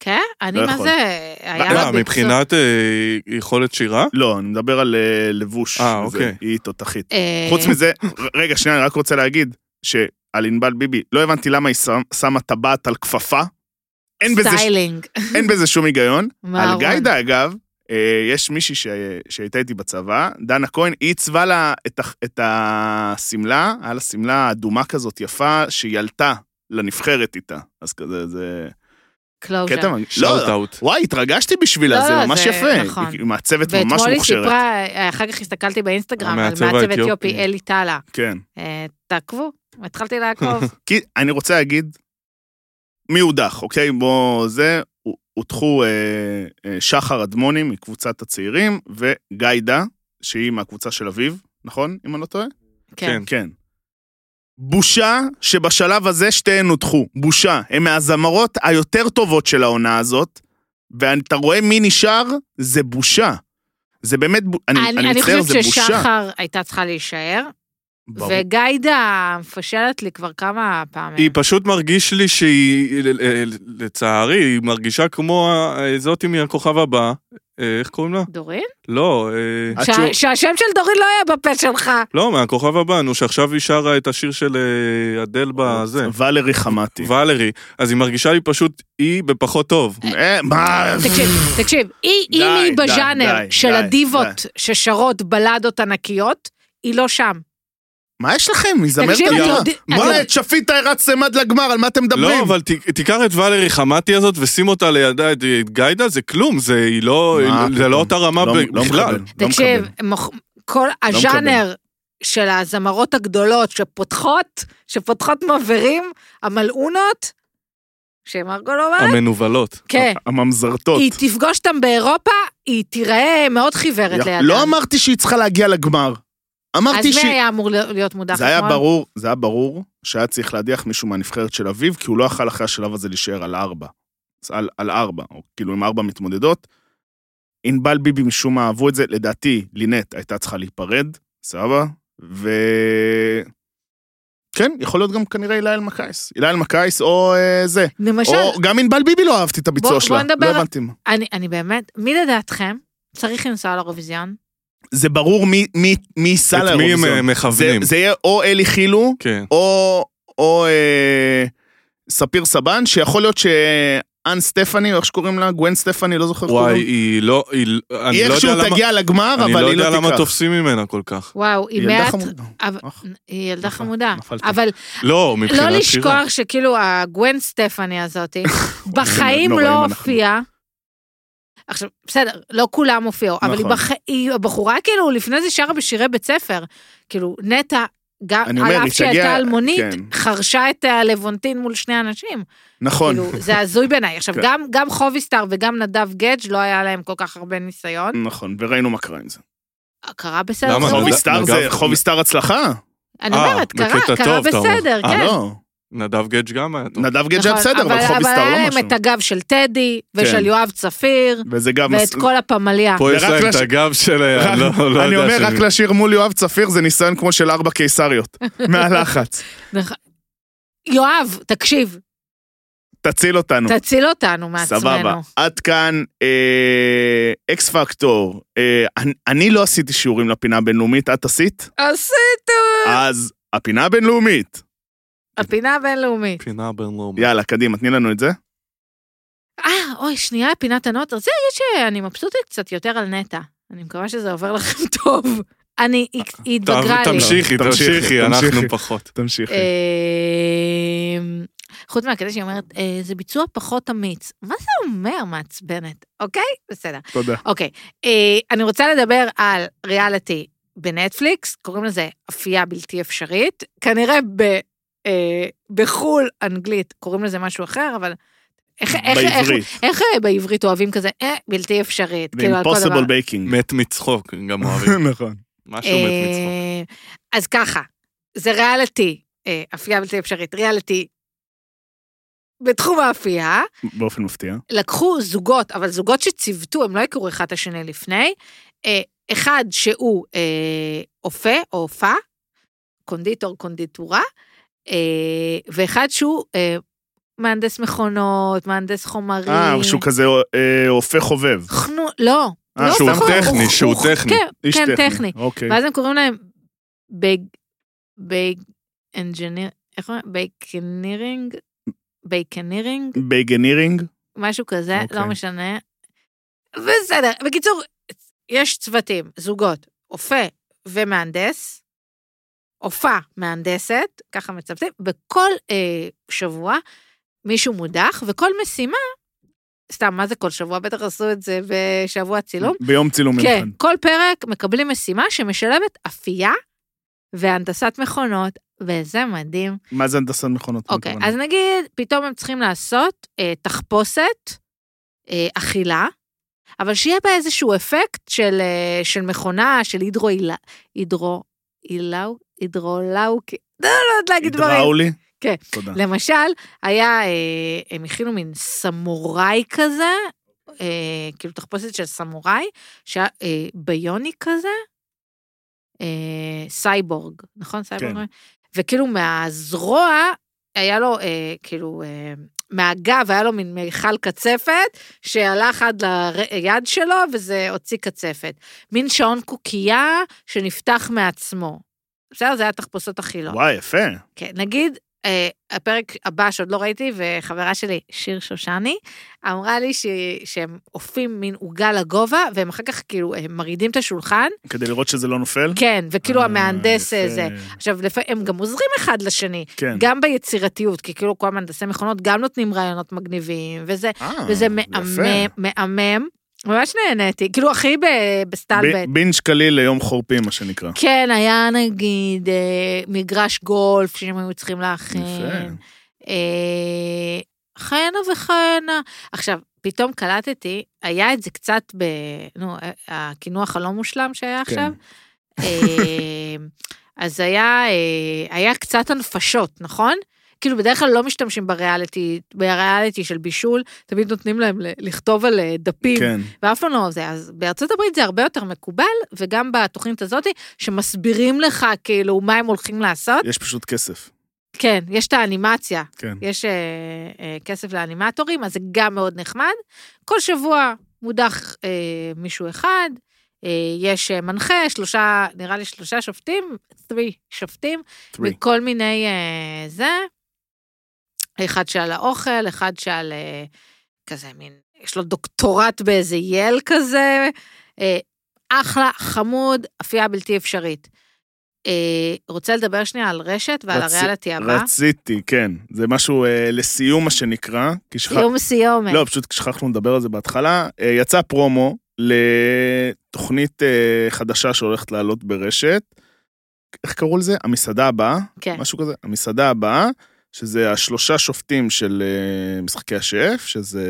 [SPEAKER 2] כן? אני,
[SPEAKER 1] לא
[SPEAKER 2] מה
[SPEAKER 1] יכול.
[SPEAKER 2] זה? היה לה
[SPEAKER 3] מה,
[SPEAKER 2] ביצוע-
[SPEAKER 3] מבחינת אה, יכולת שירה?
[SPEAKER 1] לא, אני מדבר על אה, לבוש.
[SPEAKER 3] אה,
[SPEAKER 1] וזה,
[SPEAKER 3] אוקיי.
[SPEAKER 1] היא תותחית.
[SPEAKER 2] אה,
[SPEAKER 1] חוץ מזה, ר- רגע, שנייה, אני רק רוצה להגיד שעל ענבל ביבי, לא הבנתי למה היא שם- שמה טבעת על כפפה. אין בזה, ש-
[SPEAKER 2] סטיילינג.
[SPEAKER 1] אין בזה שום היגיון.
[SPEAKER 2] מהארון.
[SPEAKER 1] על גיידה, אגב, אה, יש מישהי ש- שהייתה איתי בצבא, דנה כהן, היא עיצבה לה את ה- את השמלה, היה לה שמלה אדומה כזאת יפה, שהיא עלתה לנבחרת איתה. אז כזה, זה
[SPEAKER 2] קלוז'ה.
[SPEAKER 1] קטע מג... לא,
[SPEAKER 3] שאוט אאוט.
[SPEAKER 2] כן.
[SPEAKER 1] וואי, התרגשתי בשבילה,
[SPEAKER 2] אוקיי. לא,
[SPEAKER 1] זה
[SPEAKER 2] לא,
[SPEAKER 1] ממש
[SPEAKER 2] זה
[SPEAKER 1] יפה.
[SPEAKER 2] נכון.
[SPEAKER 1] היא מעצבת ממש
[SPEAKER 2] ואתמול היא
[SPEAKER 1] מוכשרת.
[SPEAKER 2] סיפרה, אה, אחר כך הסתכלתי באינסטגרם על
[SPEAKER 3] המעצב
[SPEAKER 2] מעצב
[SPEAKER 3] האתיופי.
[SPEAKER 2] אתיופי אלי טאלה.
[SPEAKER 1] כן.
[SPEAKER 2] אה, תעקבו, התחלתי
[SPEAKER 1] <laughs>
[SPEAKER 2] לעקוב. כן.
[SPEAKER 1] כי אני רוצה להגיד, מי הודח, אוקיי? בוא, זה, הודחו אה, אה, שחר אדמוני מקבוצת הצעירים, וגיידה, שהיא מהקבוצה של אביו, נכון? אם אני לא טועה?
[SPEAKER 2] כן.
[SPEAKER 1] כן. בושה שבשלב הזה שתיהן הודחו. בושה. הן מהזמרות היותר טובות של העונה הזאת, ואתה רואה מי נשאר, זה בושה. זה באמת, בו- אני אני
[SPEAKER 2] אני
[SPEAKER 1] מצטער,
[SPEAKER 2] חושבת
[SPEAKER 1] זה בושה.
[SPEAKER 2] ששחר הייתה צריכה להישאר,
[SPEAKER 1] ברור.
[SPEAKER 2] וגיידה מפשלת לי כבר כמה
[SPEAKER 3] היא
[SPEAKER 1] כן.
[SPEAKER 2] פעמים.
[SPEAKER 3] פשוט מרגיש לי שהיא, ל- ל- לצערי, היא מרגישה כמו ה- זאתי מהכוכב הבא. אה, איך קוראים לה?
[SPEAKER 2] דורין?
[SPEAKER 3] לא, אה,
[SPEAKER 1] את
[SPEAKER 2] שה-
[SPEAKER 1] שוב-
[SPEAKER 2] שהשם של דורין לא יהיה בפה שלך.
[SPEAKER 3] לא, מהכוכב הבא, נו, שעכשיו היא שרה את השיר של אה, אדל בזה.
[SPEAKER 1] ולרי חמאתי.
[SPEAKER 3] ולרי. אז היא מרגישה לי פשוט, היא בפחות טוב.
[SPEAKER 1] אה, מה? <laughs>
[SPEAKER 2] תקשיב, תקשיב, היא-
[SPEAKER 1] די,
[SPEAKER 2] אם היא
[SPEAKER 1] די,
[SPEAKER 2] בז'אנר
[SPEAKER 1] די,
[SPEAKER 2] של
[SPEAKER 1] די,
[SPEAKER 2] הדיבות
[SPEAKER 1] די.
[SPEAKER 2] ששרות בלדות ענקיות, היא לא שם.
[SPEAKER 1] מה יש לכם? מזמרת
[SPEAKER 2] תקשיב,
[SPEAKER 1] הגדולה.
[SPEAKER 2] אתם יודעים- אתם-
[SPEAKER 1] בוא'נה, את שפיטה הרצתם עד לגמר, על מה אתם מדברים?
[SPEAKER 3] לא, אבל ת- תיקח את ולרי חמאתי הזאת ושים אותה לידה את את גיידה, זה כלום, זה היא לא,
[SPEAKER 1] מה
[SPEAKER 3] היא- זה
[SPEAKER 1] פתאום?
[SPEAKER 3] לא אותה רמה
[SPEAKER 1] לא-
[SPEAKER 3] ב-
[SPEAKER 1] לא
[SPEAKER 3] בכלל.
[SPEAKER 1] מקבל, לא
[SPEAKER 2] תקשיב,
[SPEAKER 1] מקבל. לא
[SPEAKER 2] מוכ- כל הז'אנר של הזמרות הגדולות שפותחות, שפותחות מעברים, המלאונות, שמרגולובה,
[SPEAKER 3] המנוולות.
[SPEAKER 2] כן,
[SPEAKER 1] הממזרתות.
[SPEAKER 2] היא תפגוש אותם באירופה, היא תיראה מאוד חיוורת לידם.
[SPEAKER 1] לא אמרתי שהיא צריכה להגיע לגמר.
[SPEAKER 2] אז
[SPEAKER 1] אמרתי
[SPEAKER 2] מי
[SPEAKER 1] שהיא...
[SPEAKER 2] היה אמור להיות מודח
[SPEAKER 1] זה היה
[SPEAKER 2] אתמול?
[SPEAKER 1] ברור, זה היה ברור שהיה צריך להדיח מישהו מהנבחרת של אביב, כי הוא לא יכל אחרי השלב הזה להישאר על ארבע. אז על, על ארבע, או כאילו עם ארבע מתמודדות. ענבל ביבי משום מה אהבו את זה, לדעתי לינט הייתה צריכה להיפרד, סבבה? ו... כן, יכול להיות גם כנראה הילה אלמקייס. הילה אלמקייס או אה, זה.
[SPEAKER 2] למשל,
[SPEAKER 1] או גם ענבל ביבי לא אהבתי את
[SPEAKER 2] בוא-
[SPEAKER 1] הביצוע שלה.
[SPEAKER 2] בוא נדבר-
[SPEAKER 1] לא הבנתי מה.
[SPEAKER 2] אני, אני באמת, מי לדעתכם צריך לנסוע לאירוויזיון?
[SPEAKER 1] זה ברור מי- מי- מי ייסע
[SPEAKER 3] את מי הם אה,
[SPEAKER 1] לאירוויזיון. זה-
[SPEAKER 3] מכוונים.
[SPEAKER 1] זה יהיה או אלי חילו,
[SPEAKER 3] כן.
[SPEAKER 1] או, או אה, ספיר סבן, שיכול להיות שאן סטפני, או איך שקוראים לה, גווין סטפני, לא זוכר איך
[SPEAKER 3] וואי,
[SPEAKER 1] קוראים.
[SPEAKER 3] היא לא, היא, לא- אני
[SPEAKER 1] היא
[SPEAKER 3] לא יודע
[SPEAKER 1] איכשהו
[SPEAKER 3] למה,
[SPEAKER 1] תגיע לגמר,
[SPEAKER 3] אני
[SPEAKER 1] אבל
[SPEAKER 3] לא
[SPEAKER 1] היא
[SPEAKER 3] יודע
[SPEAKER 1] לא
[SPEAKER 3] למה
[SPEAKER 1] תיקח.
[SPEAKER 3] תופסים ממנה כל כך.
[SPEAKER 2] וואו, היא אה,
[SPEAKER 1] ילדה
[SPEAKER 2] מעט...
[SPEAKER 1] חמודה.
[SPEAKER 2] אבל-
[SPEAKER 1] אח,
[SPEAKER 2] היא ילדה
[SPEAKER 1] נפל-
[SPEAKER 2] חמודה.
[SPEAKER 1] נפלתי.
[SPEAKER 2] אבל
[SPEAKER 3] לא, מבחינת
[SPEAKER 2] לא
[SPEAKER 3] שירה.
[SPEAKER 2] לשכוח שכאילו הגווין סטפני הזאת,
[SPEAKER 1] <laughs>
[SPEAKER 2] בחיים
[SPEAKER 1] נוראים
[SPEAKER 2] לא
[SPEAKER 1] אנחנו.
[SPEAKER 2] הופיעה. עכשיו, בסדר, לא כולם הופיעו, אבל היא
[SPEAKER 1] נכון.
[SPEAKER 2] בח- היא הבחורה כאילו לפני זה שרה בשירי בית ספר. כאילו, נטע, גם
[SPEAKER 1] אני
[SPEAKER 2] על
[SPEAKER 1] אומר,
[SPEAKER 2] אף
[SPEAKER 1] היא
[SPEAKER 2] שהיא
[SPEAKER 1] תגיע-
[SPEAKER 2] הייתה אלמונית,
[SPEAKER 1] כן.
[SPEAKER 2] חרשה את אה, הלוונטין מול שני אנשים.
[SPEAKER 1] נכון.
[SPEAKER 2] כאילו, זה הזוי בעיניי. עכשיו,
[SPEAKER 1] כן.
[SPEAKER 2] גם- גם חוביסטר וגם נדב גדג' לא היה להם כל כך הרבה
[SPEAKER 1] <laughs>
[SPEAKER 2] ניסיון.
[SPEAKER 1] נכון, וראינו מה קרה עם זה.
[SPEAKER 2] קרה בסדר.
[SPEAKER 3] למה?
[SPEAKER 2] גמור.
[SPEAKER 3] נדב-
[SPEAKER 1] חוביסטר זה,
[SPEAKER 3] נדב-
[SPEAKER 1] חוביסטר הצלחה?
[SPEAKER 2] אני
[SPEAKER 3] אה,
[SPEAKER 2] אומרת, קרה,
[SPEAKER 3] בקטע
[SPEAKER 2] קרה
[SPEAKER 3] טוב, אתה אומר.
[SPEAKER 2] בסדר,
[SPEAKER 1] אה,
[SPEAKER 2] כן.
[SPEAKER 1] לא.
[SPEAKER 3] נדב גדג' גם היה טוב.
[SPEAKER 1] נדב גדג' היה
[SPEAKER 2] נכון,
[SPEAKER 1] בסדר, אבל חוביסטר
[SPEAKER 2] אבל
[SPEAKER 1] לא
[SPEAKER 2] היה להם
[SPEAKER 1] משהו.
[SPEAKER 2] את הגב של טדי, ושל
[SPEAKER 1] כן.
[SPEAKER 2] יואב צפיר,
[SPEAKER 1] וזה גם...
[SPEAKER 2] ואת כל הפמליה.
[SPEAKER 3] פה יש
[SPEAKER 1] ורק
[SPEAKER 3] להם
[SPEAKER 1] לש-
[SPEAKER 3] את הגב של... ה-
[SPEAKER 1] רק-
[SPEAKER 3] לא, לא
[SPEAKER 1] אני
[SPEAKER 3] יודע
[SPEAKER 1] אומר,
[SPEAKER 3] של
[SPEAKER 1] רק
[SPEAKER 3] מי.
[SPEAKER 1] לשיר מול יואב צפיר זה ניסיון כמו של ארבע
[SPEAKER 2] <laughs>
[SPEAKER 1] קיסריות. מהלחץ.
[SPEAKER 2] נכ- יואב, תקשיב,
[SPEAKER 1] תציל אותנו.
[SPEAKER 2] תציל אותנו מעצמנו.
[SPEAKER 1] סבבה, עד כאן אה, אקס פקטור. אה, אני, אני לא עשיתי שיעורים לפינה הבינלאומית, את עשית?
[SPEAKER 2] עשית
[SPEAKER 1] אז הפינה הבינלאומית.
[SPEAKER 2] הפינה הבינלאומית.
[SPEAKER 3] פינה בינלאומית.
[SPEAKER 1] יאללה, קדימה, תני לנו את זה.
[SPEAKER 2] אה, אוי, שנייה, פינת הנוט. רציתי להגיד שאני מבסוטית קצת יותר על נטע. אני מקווה שזה עובר לכם <laughs> טוב. אני, היא- היא
[SPEAKER 3] טוב,
[SPEAKER 2] התבגרה לי.
[SPEAKER 3] תמשיכי,
[SPEAKER 1] לא, אה, תמשיכי,
[SPEAKER 3] תמשיכי, אנחנו
[SPEAKER 1] תמשיכי.
[SPEAKER 3] פחות. אה,
[SPEAKER 1] תמשיכי.
[SPEAKER 2] אמ, חוץ מהקטע שהיא אומרת, אה, זה ביצוע פחות אמיץ. מה זה אומר מעצבנת, אוקיי? בסדר.
[SPEAKER 1] תודה.
[SPEAKER 2] אוקיי, אה, אני רוצה לדבר על ריאליטי בנטפליקס, קוראים לזה אפייה בלתי אפשרית. כנראה ב, אה, בחו"ל אנגלית קוראים לזה משהו אחר, אבל איך, איך, איך,
[SPEAKER 1] בעברית.
[SPEAKER 2] איך אה, בעברית אוהבים כזה, אה, בלתי אפשרית, כאילו על כל דבר.
[SPEAKER 1] ב-impossible baking.
[SPEAKER 3] מת מצחוק, גם אוהבים.
[SPEAKER 1] <laughs> נכון.
[SPEAKER 3] משהו מת מצחוק.
[SPEAKER 2] אה, אז ככה, זה ריאליטי, אה, אפייה בלתי אפשרית, ריאליטי בתחום האפייה.
[SPEAKER 1] באופן מפתיע.
[SPEAKER 2] אה, לקחו זוגות, אבל זוגות שציוותו, הם לא הכירו אחד את השני לפני. אה, אחד שהוא אה, אופה או אופה, קונדיטור, קונדיטורה, אה, ואחד שהוא אה, מהנדס מכונות, מהנדס חומרים.
[SPEAKER 1] אה, שהוא כזה אה, אופה חובב.
[SPEAKER 2] חנו, לא.
[SPEAKER 1] אה,
[SPEAKER 2] לא
[SPEAKER 1] שהוא
[SPEAKER 2] חנו,
[SPEAKER 3] טכני,
[SPEAKER 2] הוא-
[SPEAKER 3] שהוא
[SPEAKER 2] הוא-
[SPEAKER 3] טכני.
[SPEAKER 2] כן,
[SPEAKER 1] איש
[SPEAKER 2] כן, טכני.
[SPEAKER 1] אוקיי.
[SPEAKER 2] ואז הם קוראים להם בייג, בייג אנג'יניר, איך קוראים? בייקנירינג? בייקנירינג?
[SPEAKER 1] בייגנירינג?
[SPEAKER 2] משהו כזה,
[SPEAKER 1] אוקיי.
[SPEAKER 2] לא משנה. בסדר, בקיצור, יש צוותים, זוגות, אופה ומהנדס, אופה מהנדסת, ככה מצוותים, בכל אה, שבוע מישהו מודח, וכל משימה, סתם, מה זה כל שבוע? בטח עשו את זה בשבוע צילום.
[SPEAKER 1] ביום צילומים.
[SPEAKER 2] כן, כל פרק מקבלים משימה שמשלבת אפייה והנדסת מכונות, וזה מדהים.
[SPEAKER 1] מה זה הנדסת מכונות? מה
[SPEAKER 2] אוקיי,
[SPEAKER 1] הכוונה?
[SPEAKER 2] אז נגיד, פתאום הם צריכים לעשות אה, תחפושת, אה, אכילה, אבל שיהיה בה איזשהו אפקט של, אה, של מכונה, של הידרו... הידרו... הילאו? הידרולאוקי? לא, לא יודעת להגיד דברים.
[SPEAKER 1] הידראולי?
[SPEAKER 2] כן.
[SPEAKER 1] תודה.
[SPEAKER 2] למשל, היה, אה, הם הכינו מין סמוראי כזה, אה, כאילו תחפושת של סמוראי, שהיה אה, ביוני כזה, אה, סייבורג, נכון? סייבורג?
[SPEAKER 1] כן.
[SPEAKER 2] וכאילו מהזרוע היה לו, אה, כאילו, אה, מהגב היה לו מין מיכל קצפת, שהלך עד ליד שלו, וזה הוציא קצפת. מין שעון קוקייה שנפתח מעצמו. בסדר? זה היה לא. תחפושות אכילות.
[SPEAKER 1] וואי, יפה.
[SPEAKER 2] כן, נגיד, אה, הפרק הבא שעוד לא ראיתי, וחברה שלי, שיר שושני, אמרה לי ש... שהם עופים מין עוגה לגובה, והם אחר כך כאילו הם מרעידים את השולחן.
[SPEAKER 1] כדי לראות שזה לא נופל.
[SPEAKER 2] כן, וכאילו
[SPEAKER 1] אה,
[SPEAKER 2] המהנדס
[SPEAKER 1] יפה.
[SPEAKER 2] אה, זה. עכשיו, לפ... הם גם עוזרים אחד לשני,
[SPEAKER 1] כן.
[SPEAKER 2] גם ביצירתיות, כי כאילו כל מהנדסי מכונות גם נותנים רעיונות מגניבים, וזה,
[SPEAKER 1] אה,
[SPEAKER 2] וזה
[SPEAKER 1] יפה.
[SPEAKER 2] מהמם, מהמם. ממש נהניתי, כאילו הכי ב- בסטלבט.
[SPEAKER 1] ב- בינג' קליל ליום חורפים, מה שנקרא.
[SPEAKER 2] כן, היה נגיד אה, מגרש גולף שהם היו צריכים להכין.
[SPEAKER 1] יפה.
[SPEAKER 2] אה, כהנה וכהנה. עכשיו, פתאום קלטתי, היה את זה קצת ב... נו, אה, הקינוח הלא מושלם שהיה
[SPEAKER 1] כן.
[SPEAKER 2] עכשיו. אה, אז היה, אה, היה קצת הנפשות, נכון? כאילו, בדרך כלל לא משתמשים בריאליטי, בריאליטי של בישול, תמיד נותנים להם ל- לכתוב על אה, דפים.
[SPEAKER 1] כן.
[SPEAKER 2] ואף פעם לא זה, אז בארצות הברית זה הרבה יותר מקובל, וגם בתוכנית הזאת, שמסבירים לך כאילו מה הם הולכים לעשות.
[SPEAKER 1] יש פשוט כסף.
[SPEAKER 2] כן, יש את האנימציה,
[SPEAKER 1] כן.
[SPEAKER 2] יש אה, אה, כסף לאנימטורים, אז זה גם מאוד נחמד. כל שבוע מודח אה, מישהו אחד, אה, יש אה, מנחה, שלושה, נראה לי שלושה שופטים, 3 שופטים,
[SPEAKER 1] three.
[SPEAKER 2] מכל מיני אה, זה. אחד שעל האוכל, אחד שעל אה, כזה מין, יש לו דוקטורט באיזה יל כזה. אה, אחלה, חמוד, אפייה בלתי אפשרית. אה, רוצה לדבר שנייה על רשת ועל
[SPEAKER 1] רצי-
[SPEAKER 2] הריאליטי הבא?
[SPEAKER 1] רציתי, כן. זה משהו אה, לסיום, מה שנקרא. כי שכח-
[SPEAKER 2] סיום סיומת.
[SPEAKER 1] לא, פשוט שכחנו לדבר על זה בהתחלה. אה, יצא פרומו לתוכנית אה, חדשה שהולכת לעלות ברשת. איך קראו לזה? המסעדה הבאה?
[SPEAKER 2] כן.
[SPEAKER 1] משהו כזה. המסעדה הבאה, שזה השלושה שופטים של אה, משחקי השף, שזה...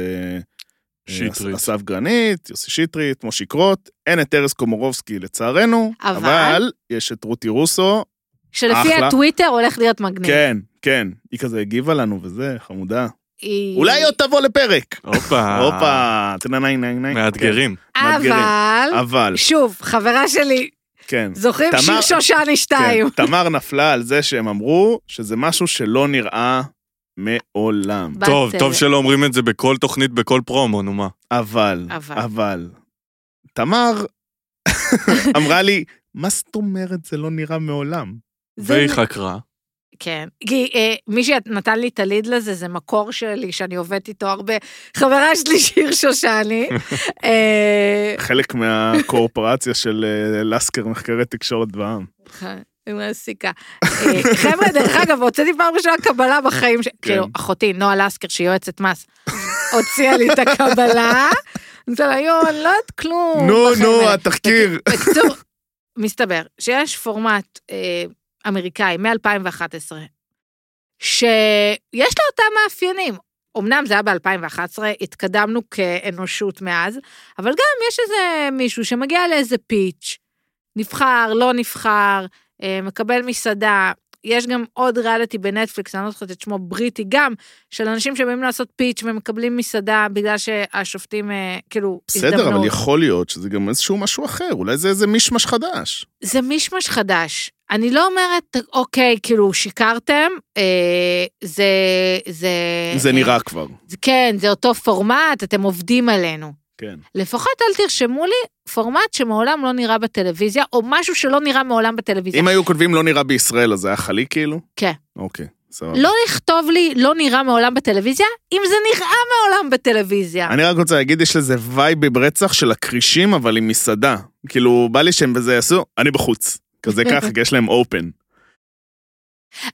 [SPEAKER 1] אה,
[SPEAKER 3] שטרית.
[SPEAKER 1] אסף גרנית, יוסי שטרית, מושי קרוט. אין את ארז קומורובסקי לצערנו,
[SPEAKER 2] אבל?
[SPEAKER 1] אבל יש את רותי רוסו.
[SPEAKER 2] שלפי
[SPEAKER 1] אחלה.
[SPEAKER 2] הטוויטר הולך להיות מגניב.
[SPEAKER 1] כן, כן. היא כזה הגיבה לנו וזה, חמודה.
[SPEAKER 2] היא-
[SPEAKER 1] אולי עוד תבוא לפרק.
[SPEAKER 3] הופה.
[SPEAKER 1] הופה, כן. תנאי נאי נאי.
[SPEAKER 3] אה. מאתגרים.
[SPEAKER 2] אבל,
[SPEAKER 1] כן. אבל,
[SPEAKER 2] שוב, חברה שלי,
[SPEAKER 1] כן.
[SPEAKER 2] זוכרים שיר
[SPEAKER 1] תמר-
[SPEAKER 2] שושני שתיים.
[SPEAKER 1] כן, תמר נפלה על זה שהם אמרו שזה משהו שלא נראה מעולם.
[SPEAKER 2] בת,
[SPEAKER 3] טוב,
[SPEAKER 2] אה,
[SPEAKER 3] טוב שלא אומרים את זה בכל תוכנית, בכל פרומו, נו מה.
[SPEAKER 1] אבל,
[SPEAKER 2] אבל.
[SPEAKER 1] אבל,
[SPEAKER 2] <laughs>
[SPEAKER 1] תמר אמרה לי, מה זאת אומרת זה לא נראה מעולם?
[SPEAKER 2] זה-
[SPEAKER 3] והיא חקרה.
[SPEAKER 2] כן. כי אה, מי שנתן לי את הליד לזה זה מקור שלי, שאני עובדת איתו הרבה, חברה שלי <laughs> שיר שושני. אה, <laughs>
[SPEAKER 1] חלק מהקורפורציה של אה, לסקר מחקרי תקשורת בעם.
[SPEAKER 2] היא מעסיקה. אה, חבר'ה, דרך אגב, הוצאתי פעם ראשונה קבלה בחיים,
[SPEAKER 1] כן.
[SPEAKER 2] ש- כאילו, אחותי, נועה לסקר, שהיא יועצת מס, הוציאה לי את הקבלה. אני רוצה לה, יואו, אני לא יודעת כלום.
[SPEAKER 1] נו,
[SPEAKER 2] בחיים
[SPEAKER 1] נו,
[SPEAKER 2] האלה."
[SPEAKER 1] התחקיר.
[SPEAKER 2] בקיצור, מסתבר שיש פורמט אה, אמריקאי מ-2011, שיש לו אותם מאפיינים. אמנם זה היה ב-2011, התקדמנו כאנושות מאז, אבל גם יש איזה מישהו שמגיע לאיזה פיץ', נבחר, לא נבחר, אה, מקבל מסעדה. יש גם עוד ריאליטי בנטפליקס, אני לא זוכרת את שמו, בריטי גם, של אנשים שבאים לעשות פיץ' ומקבלים מסעדה בגלל שהשופטים, אה, כאילו,
[SPEAKER 1] בסדר, אבל יכול להיות שזה גם איזשהו משהו אחר, אולי זה איזה מישמש חדש.
[SPEAKER 2] זה מישמש חדש. אני לא אומרת, אוקיי, כאילו, שיקרתם, אה, זה... זה, אה.
[SPEAKER 1] זה נראה כבר.
[SPEAKER 2] זה, כן, זה אותו פורמט, אתם עובדים עלינו.
[SPEAKER 1] כן.
[SPEAKER 2] לפחות אל תרשמו לי פורמט שמעולם לא נראה בטלוויזיה, או משהו שלא נראה מעולם בטלוויזיה.
[SPEAKER 1] אם היו כותבים לא נראה בישראל, אז זה היה חלי כאילו?
[SPEAKER 2] כן.
[SPEAKER 1] אוקיי, סבבה.
[SPEAKER 2] לא לכתוב לי לא נראה מעולם בטלוויזיה, אם זה נראה מעולם בטלוויזיה.
[SPEAKER 1] אני רק רוצה להגיד, יש לזה וייב ברצח של הכרישים, אבל עם מסעדה. כאילו, בא לי שהם בזה יעשו, אני בחוץ.
[SPEAKER 2] <laughs>
[SPEAKER 1] כזה ככה, כי יש להם אופן.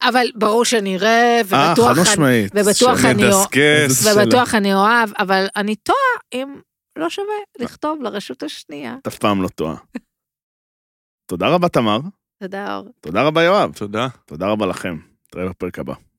[SPEAKER 2] אבל ברור שנראה,
[SPEAKER 1] אה,
[SPEAKER 2] ובטוח...
[SPEAKER 1] חד משמעית. לא-
[SPEAKER 2] ובטוח
[SPEAKER 1] שאני-
[SPEAKER 2] אני לא-
[SPEAKER 3] מדסקס.
[SPEAKER 2] ובטוח אני אוהב, אבל אני תוהה אם לא שווה לכתוב לרשות השנייה.
[SPEAKER 1] את אף פעם לא טועה. תודה רבה, תמר.
[SPEAKER 2] תודה, אור.
[SPEAKER 1] תודה רבה, יואב.
[SPEAKER 3] תודה.
[SPEAKER 1] תודה רבה לכם. נתראה בפרק הבא.